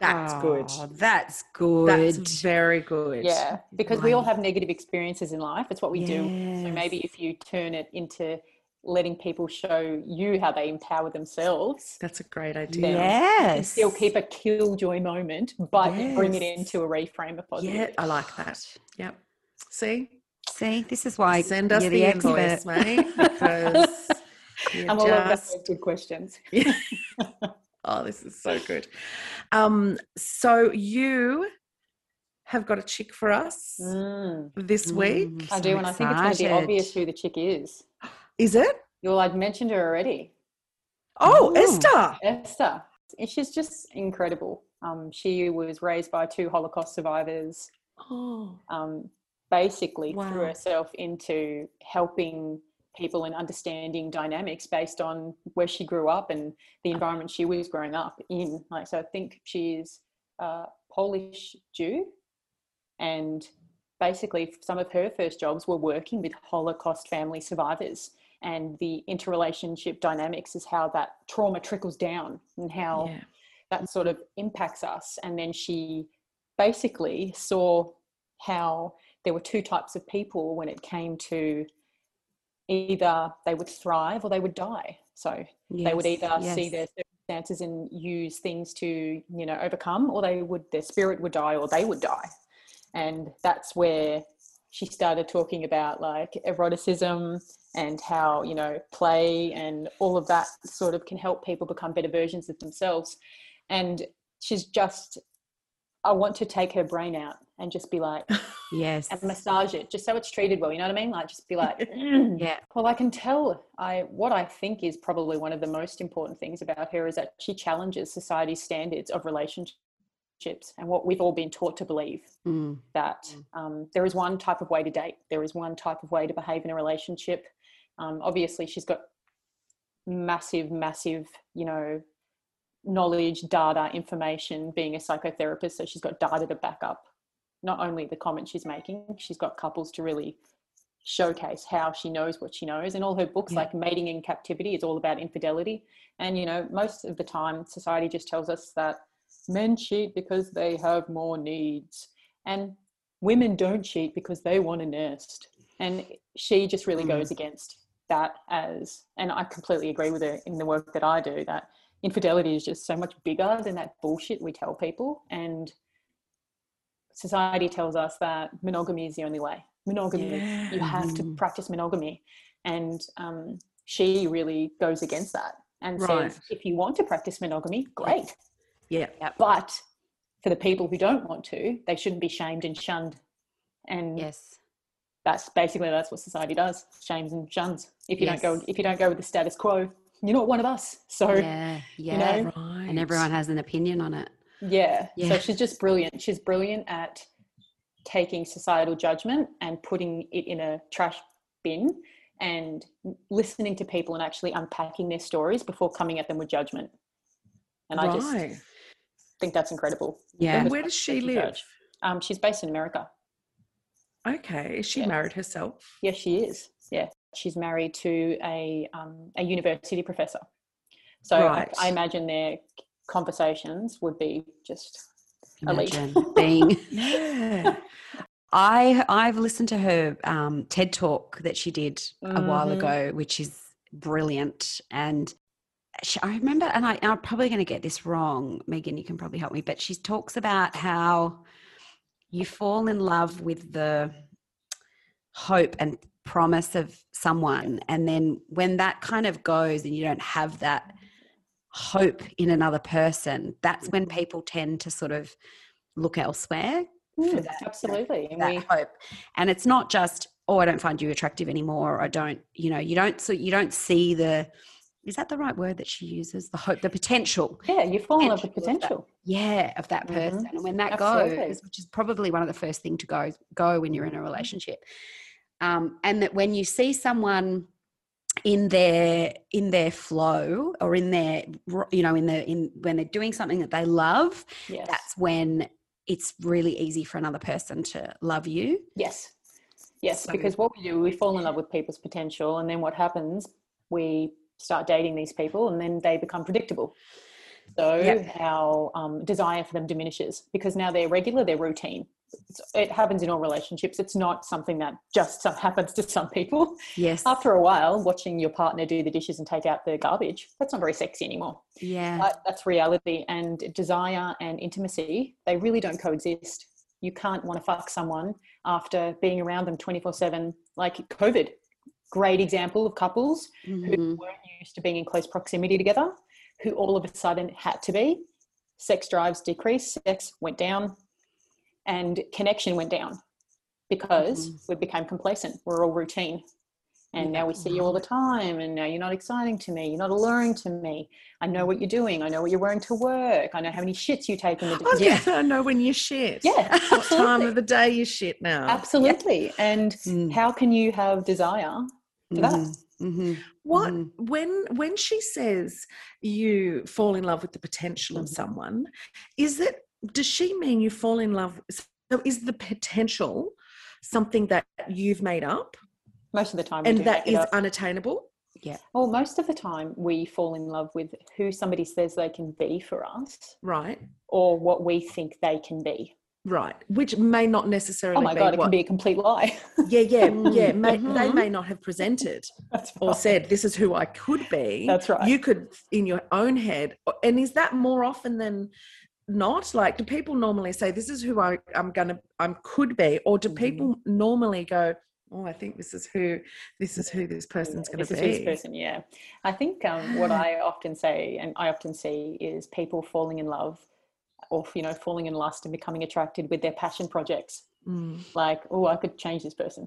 Speaker 4: That's good.
Speaker 2: Oh, That's good.
Speaker 4: That's very good.
Speaker 3: Yeah, because we all
Speaker 2: Right.
Speaker 3: have negative experiences in life. It's what we do. So maybe
Speaker 2: Yes.
Speaker 3: if you turn it into letting people show you how they empower themselves,
Speaker 4: that's a great idea.
Speaker 3: down.
Speaker 2: Yes.
Speaker 3: still keep a killjoy moment, but you bring it
Speaker 4: Yes.
Speaker 3: into a reframe of positive.
Speaker 4: Yeah, I like that. Yep. See,
Speaker 2: See, this is why
Speaker 4: send us
Speaker 2: you're
Speaker 4: the,
Speaker 2: the,
Speaker 4: invoice,
Speaker 2: expert.
Speaker 4: mate, because you
Speaker 3: And we'll love
Speaker 4: just
Speaker 3: those good questions.
Speaker 4: Oh, this is so good. Um, so you have got a chick for us
Speaker 3: Mm.
Speaker 4: this
Speaker 2: Mm,
Speaker 4: week.
Speaker 3: I
Speaker 2: so
Speaker 3: do, and I think it's going to be
Speaker 2: excited.
Speaker 3: obvious who the chick is.
Speaker 4: Is it?
Speaker 3: Well, I'd mentioned her already.
Speaker 2: Oh.
Speaker 4: Oh, Esther.
Speaker 3: Esther. And She's just incredible. Um, she was raised by two Holocaust survivors,
Speaker 4: Oh,
Speaker 3: um, basically
Speaker 2: Wow.
Speaker 3: threw herself into helping people and understanding dynamics based on where she grew up and the environment she was growing up in. Like, so I think she is uh, Polish Jew, and basically some of her first jobs were working with Holocaust family survivors. And the interrelationship dynamics is how that trauma trickles down and how
Speaker 4: yeah.
Speaker 3: that sort of impacts us. And then she basically saw how there were two types of people when it came to either they would thrive or they would die. So
Speaker 2: Yes,
Speaker 3: they would either see
Speaker 2: yes.
Speaker 3: their circumstances and use things to you know overcome or they would their spirit would die or they would die and that's where she started talking about like eroticism and how you know play and all of that sort of can help people become better versions of themselves and she's just i want to take her brain out and just be like
Speaker 2: Yes.
Speaker 3: and massage it just so it's treated well you know what i mean like just be like "Mm,
Speaker 2: Yeah.
Speaker 3: well, I can tell I what I think is probably one of the most important things about her is that she challenges society's standards of relationships and what we've all been taught to believe
Speaker 2: Mm.
Speaker 3: that um, there is one type of way to date, there is one type of way to behave in a relationship. Um, obviously, she's got massive, massive, you know, knowledge, data, information. Being a psychotherapist, so she's got data to back up not only the comments she's making, she's got couples to really showcase how she knows what she knows. And all her books,
Speaker 2: Yeah.
Speaker 3: like Mating in Captivity, is all about infidelity. And you know, most of the time, society just tells us that men cheat because they have more needs, and women don't cheat because they want a nest. And she just really
Speaker 2: Mm.
Speaker 3: goes against that as, and I completely agree with her in the work that I do that infidelity is just so much bigger than that bullshit we tell people. And society tells us that monogamy is the only way. Monogamy,
Speaker 4: Yeah.
Speaker 3: you have to
Speaker 2: Mm.
Speaker 3: practice monogamy. And um, she really goes against that and
Speaker 4: Right.
Speaker 3: says, if you want to practice monogamy, great.
Speaker 4: Yeah.
Speaker 3: But for the people who don't want to, they shouldn't be shamed and shunned. And
Speaker 2: Yes.
Speaker 3: that's basically that's what society does: shames and shuns. If you don't
Speaker 2: Yes.
Speaker 3: go, if you don't go with the status quo, you're not one of us. So
Speaker 2: Yeah. Yeah.
Speaker 3: know,
Speaker 4: Right.
Speaker 2: And everyone has an opinion on it.
Speaker 3: Yeah.
Speaker 2: Yeah.
Speaker 3: So she's just brilliant. She's brilliant at taking societal judgment and putting it in a trash bin and listening to people and actually unpacking their stories before coming at them with judgment. And I just
Speaker 4: Right.
Speaker 3: think that's incredible.
Speaker 2: Yeah.
Speaker 4: And where does she live?
Speaker 3: Judge. Um, she's based in America.
Speaker 4: Okay. Is she
Speaker 3: Yeah.
Speaker 4: married herself?
Speaker 3: Yeah, she is. Yeah. She's married to a, um, a university professor. So I-
Speaker 4: Right.
Speaker 3: I imagine their conversations would be just elite.
Speaker 2: Imagine being
Speaker 4: Yeah.
Speaker 2: I I've listened to her um, TED talk that she did a while
Speaker 3: Mhm.
Speaker 2: ago, which is brilliant. And she, I remember, and I, I'm probably going to get this wrong. Megan, you can probably help me, but she talks about how you fall in love with the hope and promise of someone, and then when that kind of goes, and you don't have that hope in another person, that's when people tend to sort of look elsewhere for
Speaker 3: Mm,
Speaker 2: that-
Speaker 3: Absolutely. And
Speaker 2: Hmm. that
Speaker 3: we,
Speaker 2: hope. And it's not just, oh, I don't find you attractive anymore, or I don't, you know, you don't so you don't see the is that the right word that she uses? The hope, the potential,
Speaker 3: Yeah, you fall in love with
Speaker 2: potential
Speaker 3: potential.
Speaker 2: yeah, of that
Speaker 3: Mhm.
Speaker 2: person. And when that
Speaker 3: Absolutely. Mm-hmm.
Speaker 2: goes, which is probably one of the first thing to go go when you're in a relationship. Um, and that when you see someone in their in their flow or in their ro- you know in their in when they're doing something that they love
Speaker 3: Yes.
Speaker 2: that's when it's really easy for another person to love you
Speaker 3: yes. Yes,
Speaker 2: So-
Speaker 3: because what we do, we fall in love with people's potential, and then what happens? We start dating these people, and then they become predictable. So
Speaker 2: Yeah.
Speaker 3: our um, desire for them diminishes because now they're regular, they're routine. It's, it happens in all relationships. It's not something that just so- happens to some people.
Speaker 2: yes
Speaker 3: After a while, watching your partner do the dishes and take out the garbage, that's not very sexy anymore.
Speaker 2: Yeah.
Speaker 3: that, that's reality and desire and intimacy they really don't coexist you can't want to fuck someone after being around them 24 7 like covid great example of couples
Speaker 4: Mm-hmm.
Speaker 2: Mhm.
Speaker 3: who weren't used to being in close proximity together who all of a sudden had to be sex drives decreased sex went down and connection went down
Speaker 4: Mm-hmm.
Speaker 3: because we became complacent we're all routine and now we see you all the time and now you're not exciting to me you're not alluring to me i know what you're doing i know what you're wearing to work i know how many shits you take in the
Speaker 4: I was
Speaker 3: day
Speaker 2: Yeah.
Speaker 4: going to know when you shit.
Speaker 3: yeah
Speaker 4: What time of
Speaker 3: absolutely
Speaker 4: the day you shit now?
Speaker 3: absolutely and
Speaker 2: Mm.
Speaker 3: how can you have desire for that
Speaker 4: Mm-hmm.
Speaker 2: Mhm. Mhm.
Speaker 4: What
Speaker 2: Mhm.
Speaker 3: Mm-hmm.
Speaker 4: when when she says you fall in love with the potential of
Speaker 3: Mhm.
Speaker 4: someone, is it does she mean you fall in love? So is the potential something that you've made up
Speaker 3: most of the time we
Speaker 4: and
Speaker 3: do
Speaker 4: that
Speaker 3: make it
Speaker 4: is
Speaker 3: up.
Speaker 4: unattainable?
Speaker 3: Well, most of the time we fall in love with who somebody says they can be for us
Speaker 4: Right.
Speaker 3: or what we think they can be.
Speaker 4: Right, which may not necessarily.
Speaker 3: oh my
Speaker 4: be
Speaker 3: god, it
Speaker 4: what-
Speaker 3: can be Mm-hmm. a complete lie.
Speaker 4: Yeah, yeah,
Speaker 2: Mm.
Speaker 4: yeah. May, They
Speaker 2: Mhm.
Speaker 4: may not have presented
Speaker 3: That's
Speaker 4: or
Speaker 3: right.
Speaker 4: said, "This is who I could be."
Speaker 3: That's right.
Speaker 4: You could, in your own head, and is that more often than not? Like, do people normally say, "This is who I, I'm gonna, I'm could be," or do
Speaker 3: Mm-hmm.
Speaker 2: Mhm.
Speaker 4: people normally go, "Oh, I think this is who, this is who this person's gonna
Speaker 3: this is who
Speaker 4: be."
Speaker 3: this person, yeah. I think um, what
Speaker 4: Ah.
Speaker 3: I often say and I often see is people falling in love or you know falling in lust and becoming attracted with their passion projects.
Speaker 4: Mm.
Speaker 3: Like, oh, I could change this person.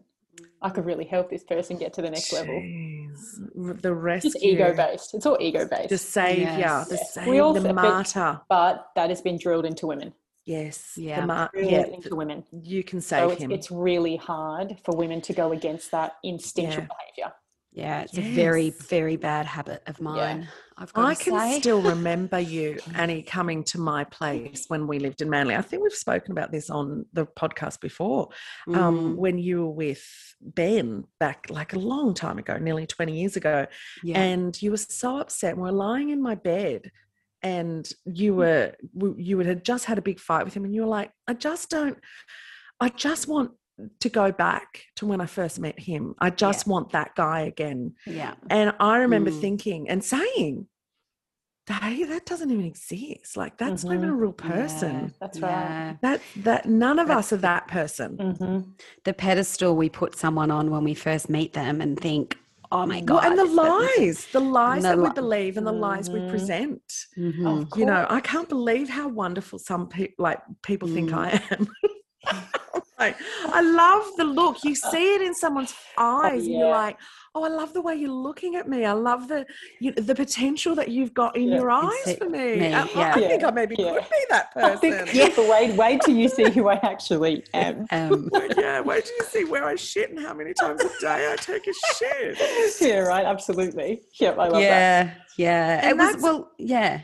Speaker 3: I could really help this person get to the next level.
Speaker 4: Jeez. R- The
Speaker 3: It's
Speaker 4: rescue.
Speaker 3: just ego based. It's all ego based.
Speaker 4: The savior,
Speaker 2: Yes.
Speaker 4: the
Speaker 3: Yes. We
Speaker 4: savior,
Speaker 3: all-
Speaker 4: the
Speaker 3: but-
Speaker 4: martyr.
Speaker 3: but that has been drilled into women.
Speaker 4: Yes.
Speaker 2: Yeah.
Speaker 4: The mar-
Speaker 3: Drilled
Speaker 4: yeah.
Speaker 3: into women.
Speaker 4: You can
Speaker 3: So
Speaker 4: save
Speaker 3: it's,
Speaker 4: him.
Speaker 3: it's really hard for women to go against that instinctual
Speaker 4: Yeah.
Speaker 3: behavior.
Speaker 2: Yeah, it's a very,
Speaker 4: Yes.
Speaker 2: very bad habit of mine. I've got
Speaker 4: I
Speaker 2: to
Speaker 4: can
Speaker 2: say.
Speaker 4: still remember you, Annie, coming to my place when we lived in Manly. I think we've spoken about this on the podcast before. Um,
Speaker 2: Mm,
Speaker 4: when you were with Ben back like a long time ago, nearly 20 years ago,
Speaker 2: yeah.
Speaker 4: and you were so upset. We were lying in my bed, and
Speaker 2: Mm.
Speaker 4: you were w- you had just had a big fight with him, and you were like, "I just don't. I just want to go back to when I first met him. I just want that guy again."
Speaker 2: yeah.
Speaker 4: And I remember
Speaker 2: Mm.
Speaker 4: thinking and saying, "Hey, that doesn't even exist. Like that's not even
Speaker 3: Mhm.
Speaker 4: a real person.
Speaker 2: Mm-hmm. Yeah,
Speaker 3: That's
Speaker 2: yeah.
Speaker 3: right.
Speaker 4: That that none of
Speaker 2: That's Mm.
Speaker 4: us are that person.
Speaker 3: hmm
Speaker 2: The pedestal we put someone on when we first meet them and think, oh my God.
Speaker 4: well, and the
Speaker 2: this person's-
Speaker 4: lies, the lies
Speaker 2: the
Speaker 4: that we
Speaker 2: li- Mm-hmm.
Speaker 4: believe and the lies we
Speaker 3: Mhm.
Speaker 4: present.
Speaker 2: Mhm.
Speaker 4: Mm, You know, I can't believe how wonderful some people like people think
Speaker 2: Mm.
Speaker 4: I am. like, I love the look. You see it in someone's eyes, and you're
Speaker 3: yeah.
Speaker 4: like, "Oh, I love the way you're looking at me. I love the you the potential that you've got in
Speaker 3: Yeah.
Speaker 4: your eyes
Speaker 2: see
Speaker 4: for me.
Speaker 2: me,
Speaker 4: I, I
Speaker 2: yeah.
Speaker 4: think
Speaker 3: Yeah,
Speaker 4: I maybe
Speaker 3: yeah.
Speaker 4: could be that
Speaker 3: I
Speaker 4: person.
Speaker 3: think the way, way till you see who I actually am.
Speaker 2: Um,
Speaker 4: But yeah, wait till you see where I shit and how many times a day I take a shit.
Speaker 3: yeah, right. Absolutely. Yep, I love that.
Speaker 2: yeah. Yeah.
Speaker 4: And
Speaker 2: it was,
Speaker 4: that's-
Speaker 2: well, yeah.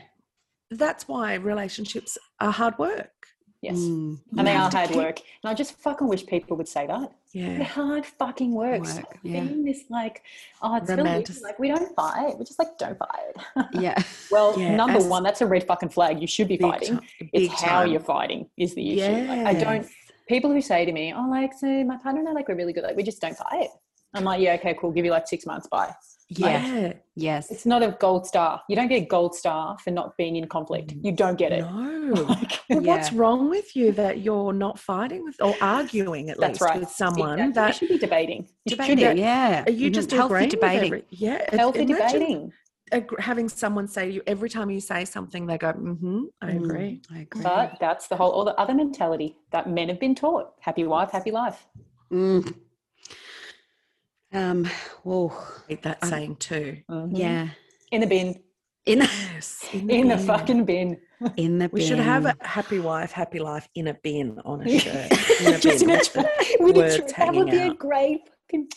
Speaker 4: That's why relationships are hard work.
Speaker 3: Yes.
Speaker 2: Mm,
Speaker 3: And they
Speaker 2: mm.
Speaker 3: are hard work. And I just fucking wish people would say that. They're
Speaker 4: Yeah.
Speaker 3: hard fucking work. Stop
Speaker 2: Work, yeah.
Speaker 3: being this like, oh, it's
Speaker 4: Romantic-
Speaker 3: Romantic. Like, we don't fight. We're just like, don't fight.
Speaker 2: Yeah.
Speaker 3: well,
Speaker 4: Yeah,
Speaker 3: number
Speaker 4: as-
Speaker 3: one, that's a red fucking flag. You should be fighting. it's how you're fighting is the issue. Like, I don't. People who say to me, "Oh, like, so my partner and I like we're really good. Like, we just don't fight." I'm like, "Yeah, okay, cool. Give you like six months. Bye."
Speaker 2: Yeah.
Speaker 4: Yeah.
Speaker 2: Yes.
Speaker 3: It's not a gold star. You don't get a gold star for not being in conflict. You don't get it.
Speaker 4: No.
Speaker 3: Like,
Speaker 4: Well, What's
Speaker 2: Yeah.
Speaker 4: wrong with you that you're not fighting with or arguing at
Speaker 3: That's
Speaker 4: least
Speaker 3: right.
Speaker 4: with someone
Speaker 3: exactly. you
Speaker 4: that
Speaker 3: should be debating. You
Speaker 4: Debating,
Speaker 3: should be
Speaker 4: yeah.
Speaker 2: Yeah.
Speaker 4: are you
Speaker 2: Mhm.
Speaker 4: just
Speaker 2: healthy
Speaker 4: agreeing with
Speaker 2: debating?
Speaker 4: every- yeah, it-
Speaker 3: healthy
Speaker 4: imagine
Speaker 3: debating.
Speaker 4: ag- having someone say to you every time you say something, they go, "Mm-hmm, I
Speaker 2: Mm,
Speaker 4: agree."
Speaker 2: I agree.
Speaker 3: But that's the whole or the other mentality that men have been taught: happy wife, happy life.
Speaker 2: Mm. Um, whoa.
Speaker 4: Hate that
Speaker 2: Um,
Speaker 4: saying too.
Speaker 3: Mhm.
Speaker 2: Yeah.
Speaker 3: in the bin,
Speaker 2: In
Speaker 4: Yes,
Speaker 3: in the
Speaker 4: bin.
Speaker 3: fucking bin.
Speaker 2: in the
Speaker 4: We should have
Speaker 2: bin.
Speaker 4: a happy wife, happy life in a bin on a
Speaker 3: Yeah.
Speaker 4: shirt. In a
Speaker 3: Just in
Speaker 4: bin.
Speaker 3: a
Speaker 4: with the-
Speaker 3: tray- with a
Speaker 4: words
Speaker 3: tray. That would
Speaker 4: hanging
Speaker 3: be a
Speaker 4: out.
Speaker 3: great fucking.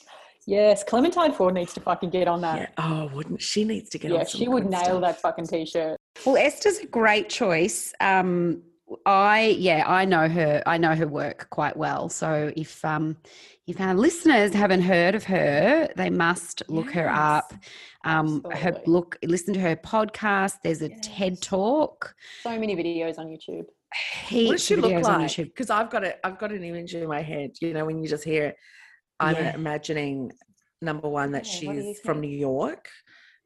Speaker 3: Yes, Clementine Ford needs to fucking get on
Speaker 4: Yeah.
Speaker 3: that.
Speaker 4: Oh, wouldn't she needs to get
Speaker 3: Yeah,
Speaker 4: on some
Speaker 3: she would
Speaker 4: good
Speaker 3: nail
Speaker 4: stuff.
Speaker 3: that fucking t-shirt.
Speaker 2: Well, Esther's a great choice. Um, I yeah, I know her. I know her work quite well. So if um, if our listeners haven't heard of her, they must look her
Speaker 4: Yes.
Speaker 2: up. Um, her
Speaker 3: Absolutely.
Speaker 2: look, listen to her podcast. There's a TED
Speaker 3: Yes.
Speaker 2: talk.
Speaker 3: So many videos on YouTube.
Speaker 2: Heaps
Speaker 4: What does she
Speaker 2: of
Speaker 4: look
Speaker 2: videos on
Speaker 4: like?
Speaker 2: YouTube.
Speaker 4: Because I've got a, I've got an image in my head. You know, when you just hear it, I'm
Speaker 2: Yeah.
Speaker 4: imagining number one that
Speaker 3: Yeah, what do you
Speaker 4: she's from
Speaker 3: think?
Speaker 4: New York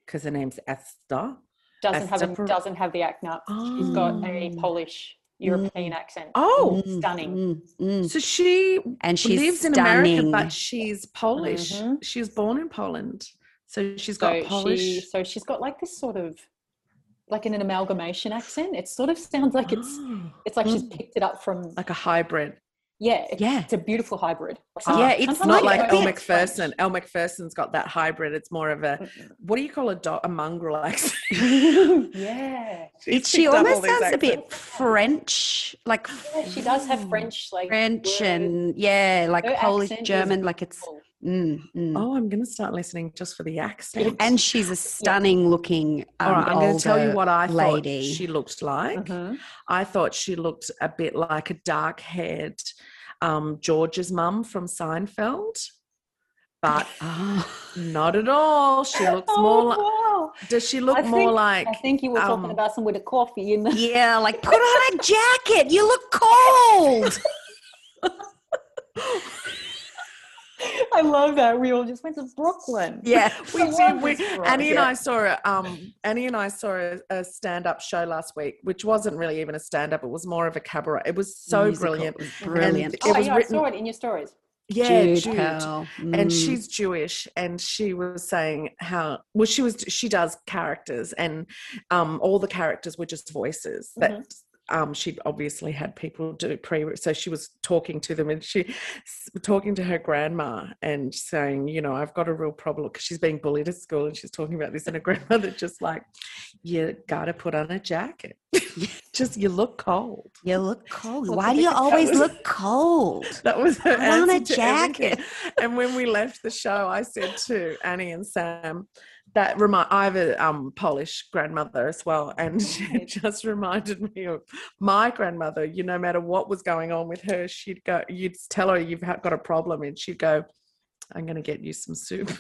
Speaker 4: because her name's Esther.
Speaker 3: Doesn't have a,
Speaker 4: separate-
Speaker 3: doesn't have the act nut. She's got a
Speaker 2: Mm.
Speaker 3: Polish European accent.
Speaker 4: Oh,
Speaker 2: Mm,
Speaker 3: stunning.
Speaker 2: mm, mm.
Speaker 4: so she
Speaker 2: And she's
Speaker 4: lives in
Speaker 2: stunning.
Speaker 4: America, but she's Polish.
Speaker 3: Mhm.
Speaker 4: She was born in Poland, Mm-hmm. so she's got
Speaker 3: So
Speaker 4: Polish.
Speaker 3: she so she's got like this sort of like in an amalgamation accent. It sort of sounds like it's
Speaker 4: Oh,
Speaker 3: it's like she's
Speaker 2: Mm.
Speaker 3: picked it up from
Speaker 4: like a hybrid.
Speaker 3: yeah it's,
Speaker 2: Yeah.
Speaker 3: it's a beautiful hybrid.
Speaker 4: Ah, Yeah,
Speaker 3: Sometimes-
Speaker 2: it's
Speaker 3: sometimes
Speaker 4: Not
Speaker 2: Not
Speaker 3: I
Speaker 4: like
Speaker 2: like
Speaker 3: don't
Speaker 4: El
Speaker 3: know if it's French.
Speaker 4: McPherson. El McPherson's got that hybrid. It's more of a
Speaker 3: Mm-mm.
Speaker 4: what do you call a dog? A mongrel accent.
Speaker 3: yeah.
Speaker 4: She's
Speaker 2: She
Speaker 4: picked up all
Speaker 2: almost
Speaker 4: these
Speaker 2: sounds a
Speaker 4: accents.
Speaker 2: bit French, like
Speaker 3: Yeah, she does
Speaker 4: Ah.
Speaker 3: have French like
Speaker 2: French
Speaker 3: words.
Speaker 2: and yeah, like
Speaker 3: Her
Speaker 2: Polish,
Speaker 3: accent is
Speaker 2: German, like it's.
Speaker 3: Cool.
Speaker 2: Mm, mm.
Speaker 4: Oh, I'm going to start listening just for the accent.
Speaker 2: And she's a stunning looking um,
Speaker 4: all right, I'm going to tell you
Speaker 2: older
Speaker 4: what I
Speaker 2: lady. Uh-huh.
Speaker 4: thought she looked like.
Speaker 3: Mhm.
Speaker 4: I thought she looked a bit like a dark-haired um, George's mum from Seinfeld, but
Speaker 2: Ah.
Speaker 4: not at all. She looks
Speaker 3: Oh,
Speaker 4: more. Like,
Speaker 3: wow.
Speaker 2: Oh,
Speaker 4: Does she look
Speaker 3: I
Speaker 4: more
Speaker 3: think-
Speaker 4: like?
Speaker 3: I think you were
Speaker 4: um,
Speaker 3: talking about some with a coffee in the
Speaker 2: Yeah, like put on a jacket. You look cold.
Speaker 3: I love that. We all just went to Brooklyn.
Speaker 2: Yeah.
Speaker 4: we
Speaker 3: I
Speaker 4: did.
Speaker 3: love
Speaker 4: We,
Speaker 3: this role.
Speaker 4: Annie and
Speaker 2: Yeah.
Speaker 4: I saw a um, Annie and I saw a, a stand-up show last week, which wasn't really even a stand-up. It was more of a cabaret. It was so
Speaker 2: Musical.
Speaker 4: brilliant.
Speaker 2: It was brilliant.
Speaker 4: it
Speaker 3: Oh,
Speaker 4: was
Speaker 3: yeah,
Speaker 4: written-
Speaker 3: I saw it in your stories.
Speaker 4: Yeah,
Speaker 2: Jude
Speaker 4: Jude.
Speaker 2: Pearl.
Speaker 4: And
Speaker 2: Mm.
Speaker 4: she's Jewish, and she was saying how well she was. She does characters, and um, all the characters were just voices that. Um, she'd obviously had people do pre, so she was talking to them, and she s- talking to her grandma and saying, you know, I've got a real problem because she's being bullied at school, and she's talking about this, and her grandmother just like, you gotta put on a jacket, just you look cold.
Speaker 2: you look cold.
Speaker 4: Well,
Speaker 2: Why do you
Speaker 4: that
Speaker 2: always
Speaker 4: was-
Speaker 2: look cold?
Speaker 4: That was her
Speaker 2: Put on a
Speaker 4: answer to everything.
Speaker 2: jacket.
Speaker 4: and when we left the show, I said to Annie and Sam, that remind I have a um, Polish grandmother as well, and she
Speaker 3: Right.
Speaker 4: just reminded me of my grandmother. You know, no matter what was going on with her, she'd go, you'd tell her you've ha- got a problem, and she'd go, "I'm going to get you some soup."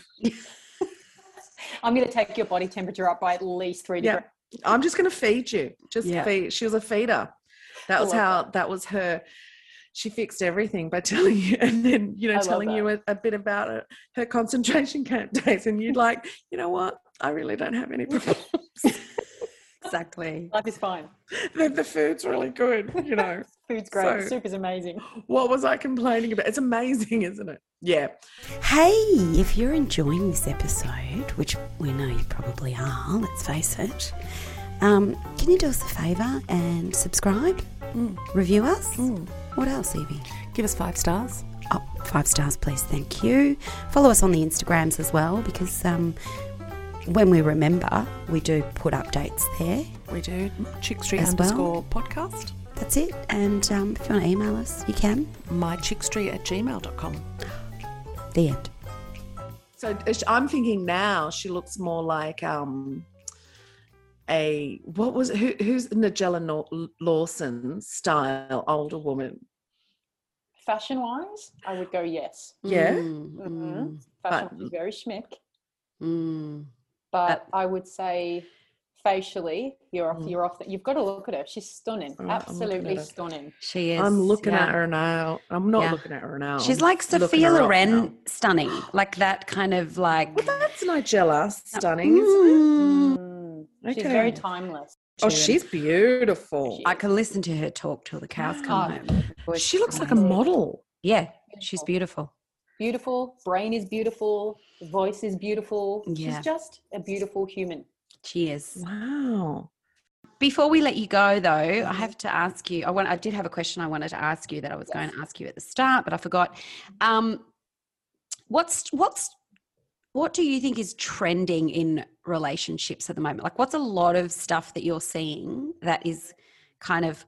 Speaker 3: I'm going to take your body temperature up by at least three
Speaker 4: Yeah.
Speaker 3: degrees.
Speaker 4: I'm just going to feed you. Just
Speaker 2: Yeah.
Speaker 4: feed. She was a feeder. That
Speaker 3: I
Speaker 4: was
Speaker 3: love
Speaker 4: how. That. was her. She fixed everything by telling you, and then you
Speaker 3: I
Speaker 4: know,
Speaker 3: love
Speaker 4: telling you a, a bit about it, her concentration camp days, and you'd like, you know what? I really don't have any problems.
Speaker 2: Exactly.
Speaker 3: Life is fine.
Speaker 4: the, the food's really good. You know,
Speaker 3: Food's great.
Speaker 4: So-
Speaker 3: Soup is amazing.
Speaker 4: what was I complaining about? It's amazing, isn't it? Yeah.
Speaker 5: Hey, if you're enjoying this episode, which we know you probably are, let's face it, um, can you do us a favour and subscribe? Review us? What else, Evie?
Speaker 6: Mm. Give us five stars.
Speaker 5: Oh, five stars, please. Thank you. Follow us on the Instagrams as well because um, when we remember, we do put updates there.
Speaker 6: We do chick street
Speaker 5: As well.
Speaker 6: underscore podcast.
Speaker 5: That's it. And um, if you want to email us, you can.
Speaker 6: Mychickstreet at gmail.com.
Speaker 5: The end.
Speaker 4: So ish- I'm thinking now she looks more like um a what was who, who's Nigella Nor- Lawson style older woman.
Speaker 3: Fashion wise, I would go yes.
Speaker 4: Yeah. Uh-huh.
Speaker 3: Mhm.
Speaker 4: But-
Speaker 3: Fashion is very schmick,
Speaker 2: Mm.
Speaker 3: but I would say facially, you're off. You're off. The, you've got to look at her. She's stunning.
Speaker 4: All right, Mm. I'm looking
Speaker 3: Absolutely
Speaker 4: at her.
Speaker 3: stunning.
Speaker 2: She is.
Speaker 4: I'm looking
Speaker 2: yeah.
Speaker 4: at her now. I'm not
Speaker 2: Yeah.
Speaker 4: looking at her now.
Speaker 2: She's
Speaker 4: I'm
Speaker 2: like
Speaker 4: looking
Speaker 2: Sophia
Speaker 4: her up
Speaker 2: Loren,
Speaker 4: now.
Speaker 2: stunning. Like that kind of like. uh,
Speaker 4: Well, that's Nigella stunning. isn't it?
Speaker 2: Mm.
Speaker 3: Mm. She's
Speaker 4: Okay.
Speaker 3: very timeless.
Speaker 4: Oh, she's beautiful.
Speaker 3: She
Speaker 2: I can listen to her talk till the cows come
Speaker 4: Oh.
Speaker 2: home.
Speaker 3: gorgeous.
Speaker 4: She looks like a model.
Speaker 2: Yeah, she's beautiful.
Speaker 3: Beautiful. Brain is beautiful. Voice is beautiful.
Speaker 2: Yeah.
Speaker 3: She's just a beautiful human.
Speaker 2: She is.
Speaker 4: Wow.
Speaker 2: Before we let you go, though, I have to ask you. I want. I did have a question I wanted to ask you that I was going to ask you at the start, but I forgot. Um, what's what's what do you think is trending in relationships at the moment? Like, what's a lot of stuff that you're seeing that is kind of,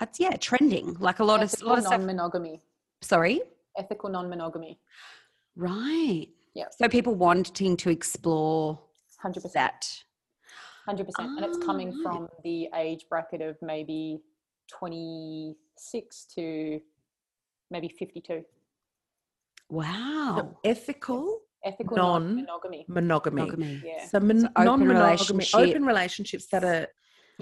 Speaker 2: uh, yeah, trending. Like a lot of
Speaker 3: Ethical
Speaker 2: lot of stuff.
Speaker 3: non-monogamy.
Speaker 2: Sorry,
Speaker 3: Ethical non-monogamy.
Speaker 2: right.
Speaker 3: Yeah.
Speaker 2: So people wanting to explore
Speaker 3: Hundred percent.
Speaker 2: that.
Speaker 3: Hundred percent, and it's coming
Speaker 2: Ah.
Speaker 3: from the age bracket of maybe twenty-six to maybe fifty-two.
Speaker 2: Wow.
Speaker 4: Ethical
Speaker 3: Ethical
Speaker 4: Non-
Speaker 3: monogamy.
Speaker 4: monogamy.
Speaker 2: Monogamy.
Speaker 3: Yeah,
Speaker 4: So, mon-
Speaker 2: open
Speaker 4: non-monogamy,
Speaker 2: relationship.
Speaker 4: open relationships that are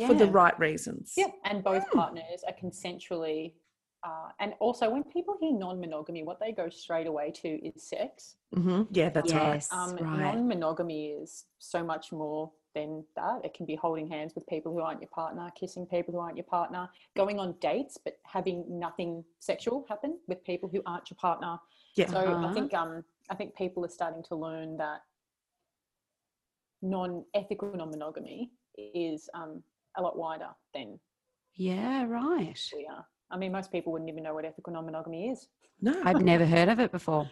Speaker 4: for the
Speaker 3: Yeah.
Speaker 4: right reasons.
Speaker 3: yeah, and both partners are consensually. Uh, and also, when people hear non-monogamy, what they go straight away to is sex.
Speaker 4: hmm Yeah, that's right.
Speaker 2: yes.
Speaker 3: Um,
Speaker 2: right.
Speaker 3: Non-monogamy is so much more than that. It can be holding hands with people who aren't your partner, kissing people who aren't your partner, going on dates but having nothing sexual happen with people who aren't your partner.
Speaker 4: Yeah.
Speaker 3: So
Speaker 2: Uh-huh.
Speaker 3: I think um, I think people are starting to learn that non-ethical non-monogamy is um, a lot wider than
Speaker 2: Yeah. Right.
Speaker 3: we are. I mean, most people wouldn't even know what ethical non-monogamy is.
Speaker 4: No,
Speaker 2: I've never heard of it before.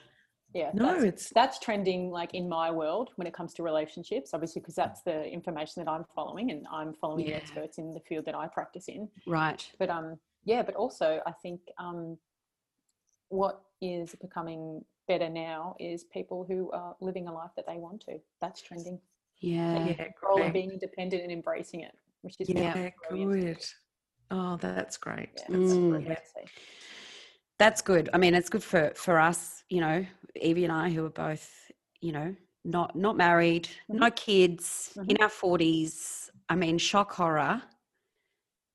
Speaker 3: Yeah,
Speaker 4: no,
Speaker 3: that's-
Speaker 4: it's
Speaker 3: that's trending like in my world when it comes to relationships obviously because that's the information that i'm following and i'm following the
Speaker 2: Yeah.
Speaker 3: experts in the field that i practice in
Speaker 2: Right.
Speaker 3: but um yeah but also i think um what is becoming better now is people who are living a life that they want to that's trending
Speaker 2: Yeah.
Speaker 4: yeah,
Speaker 3: role
Speaker 4: great.
Speaker 3: of being independent and embracing it which is
Speaker 2: Yeah.
Speaker 4: Yeah,
Speaker 3: brilliant.
Speaker 4: good. Oh, that's great.
Speaker 3: Yeah,
Speaker 2: Mm.
Speaker 4: That's
Speaker 3: really
Speaker 4: brilliant.
Speaker 3: great to see.
Speaker 2: That's good. I mean, it's good for for us, you know, Evie and I, who are both, you know, not not married, no kids, in our forties. I mean, shock horror.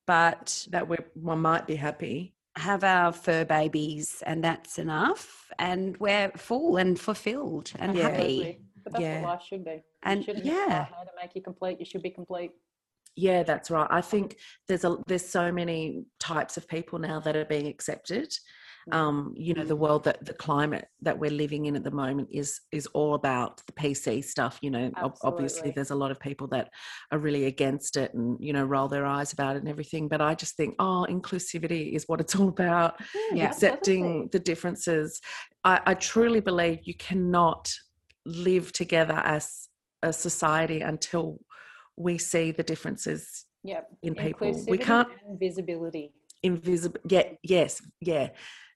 Speaker 2: But
Speaker 4: that we one might be happy.
Speaker 2: have our fur babies, and that's enough. And we're full and fulfilled and
Speaker 4: Yeah.
Speaker 2: happy.
Speaker 3: Absolutely. But that's
Speaker 4: Yeah.
Speaker 3: what life should be.
Speaker 2: And
Speaker 3: you shouldn't
Speaker 2: yeah.
Speaker 3: yeah. how to make you complete. You should be complete.
Speaker 4: Yeah, that's right. I think there's a there's so many types of people now that are being accepted. Um, you know, the world that the climate that we're living in at the moment is is all about the PC stuff. You know, ob- obviously
Speaker 3: Absolutely.
Speaker 4: there's a lot of people that are really against it and you know roll their eyes about it and everything. But I just think, oh, inclusivity is what it's all about
Speaker 2: Yeah.
Speaker 4: accepting the differences. I, I truly believe you cannot live together as a society until we see the differences
Speaker 3: Yep.
Speaker 4: in people. We
Speaker 3: Inclusivity
Speaker 4: can't
Speaker 3: and visibility.
Speaker 4: invisible. Yeah, yes, yeah,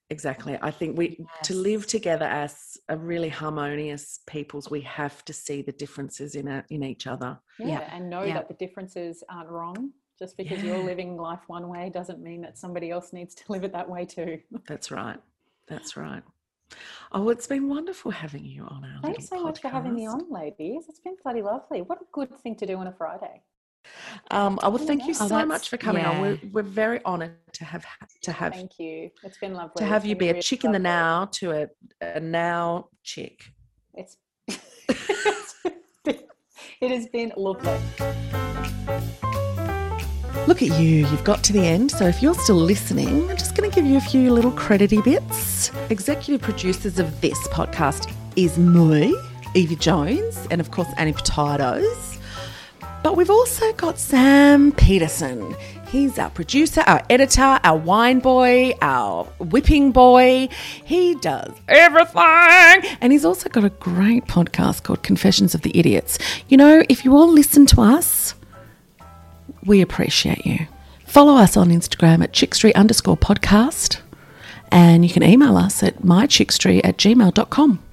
Speaker 4: exactly. I think we to live together as a really harmonious peoples, we have to see the differences in our, in each other.
Speaker 3: Yeah. And know
Speaker 2: Yeah.
Speaker 3: that the differences aren't wrong. Just because you're
Speaker 4: Yeah.
Speaker 3: living life one way doesn't mean that somebody else needs to live it that way too.
Speaker 4: That's right. That's right. Oh, it's been wonderful having you on our
Speaker 3: Thanks so
Speaker 4: little
Speaker 3: much for having me
Speaker 4: podcast.
Speaker 3: on, ladies. It's been bloody lovely. What a good thing to do on a Friday.
Speaker 4: Um, I will
Speaker 3: Oh,
Speaker 4: thank you
Speaker 3: yeah.
Speaker 4: so
Speaker 2: Oh,
Speaker 4: much
Speaker 2: that's-
Speaker 4: for coming on.
Speaker 2: yeah.
Speaker 4: We're, we're very honoured to have ha- to have
Speaker 3: Thank you. It's been lovely.
Speaker 4: to have
Speaker 3: It's
Speaker 4: you
Speaker 3: been
Speaker 4: be a
Speaker 3: really
Speaker 4: chick in the
Speaker 3: lovely.
Speaker 4: now to a, a now chick.
Speaker 3: It's it has been lovely.
Speaker 4: Look at you, you've got to the end. So if you're still listening, I'm just going to give you a few little credity bits. Executive producers of this podcast is me, Evie Jones, and of course Annie Potatoes. But we've also got Sam Peterson. He's our producer, our editor, our wine boy, our whipping boy. He does everything. And he's also got a great podcast called Confessions of the Idiots. You know, if you all listen to us, we appreciate you. Follow us on Instagram at chickstree underscore podcast, and you can email us at mychickstree at gmail.com.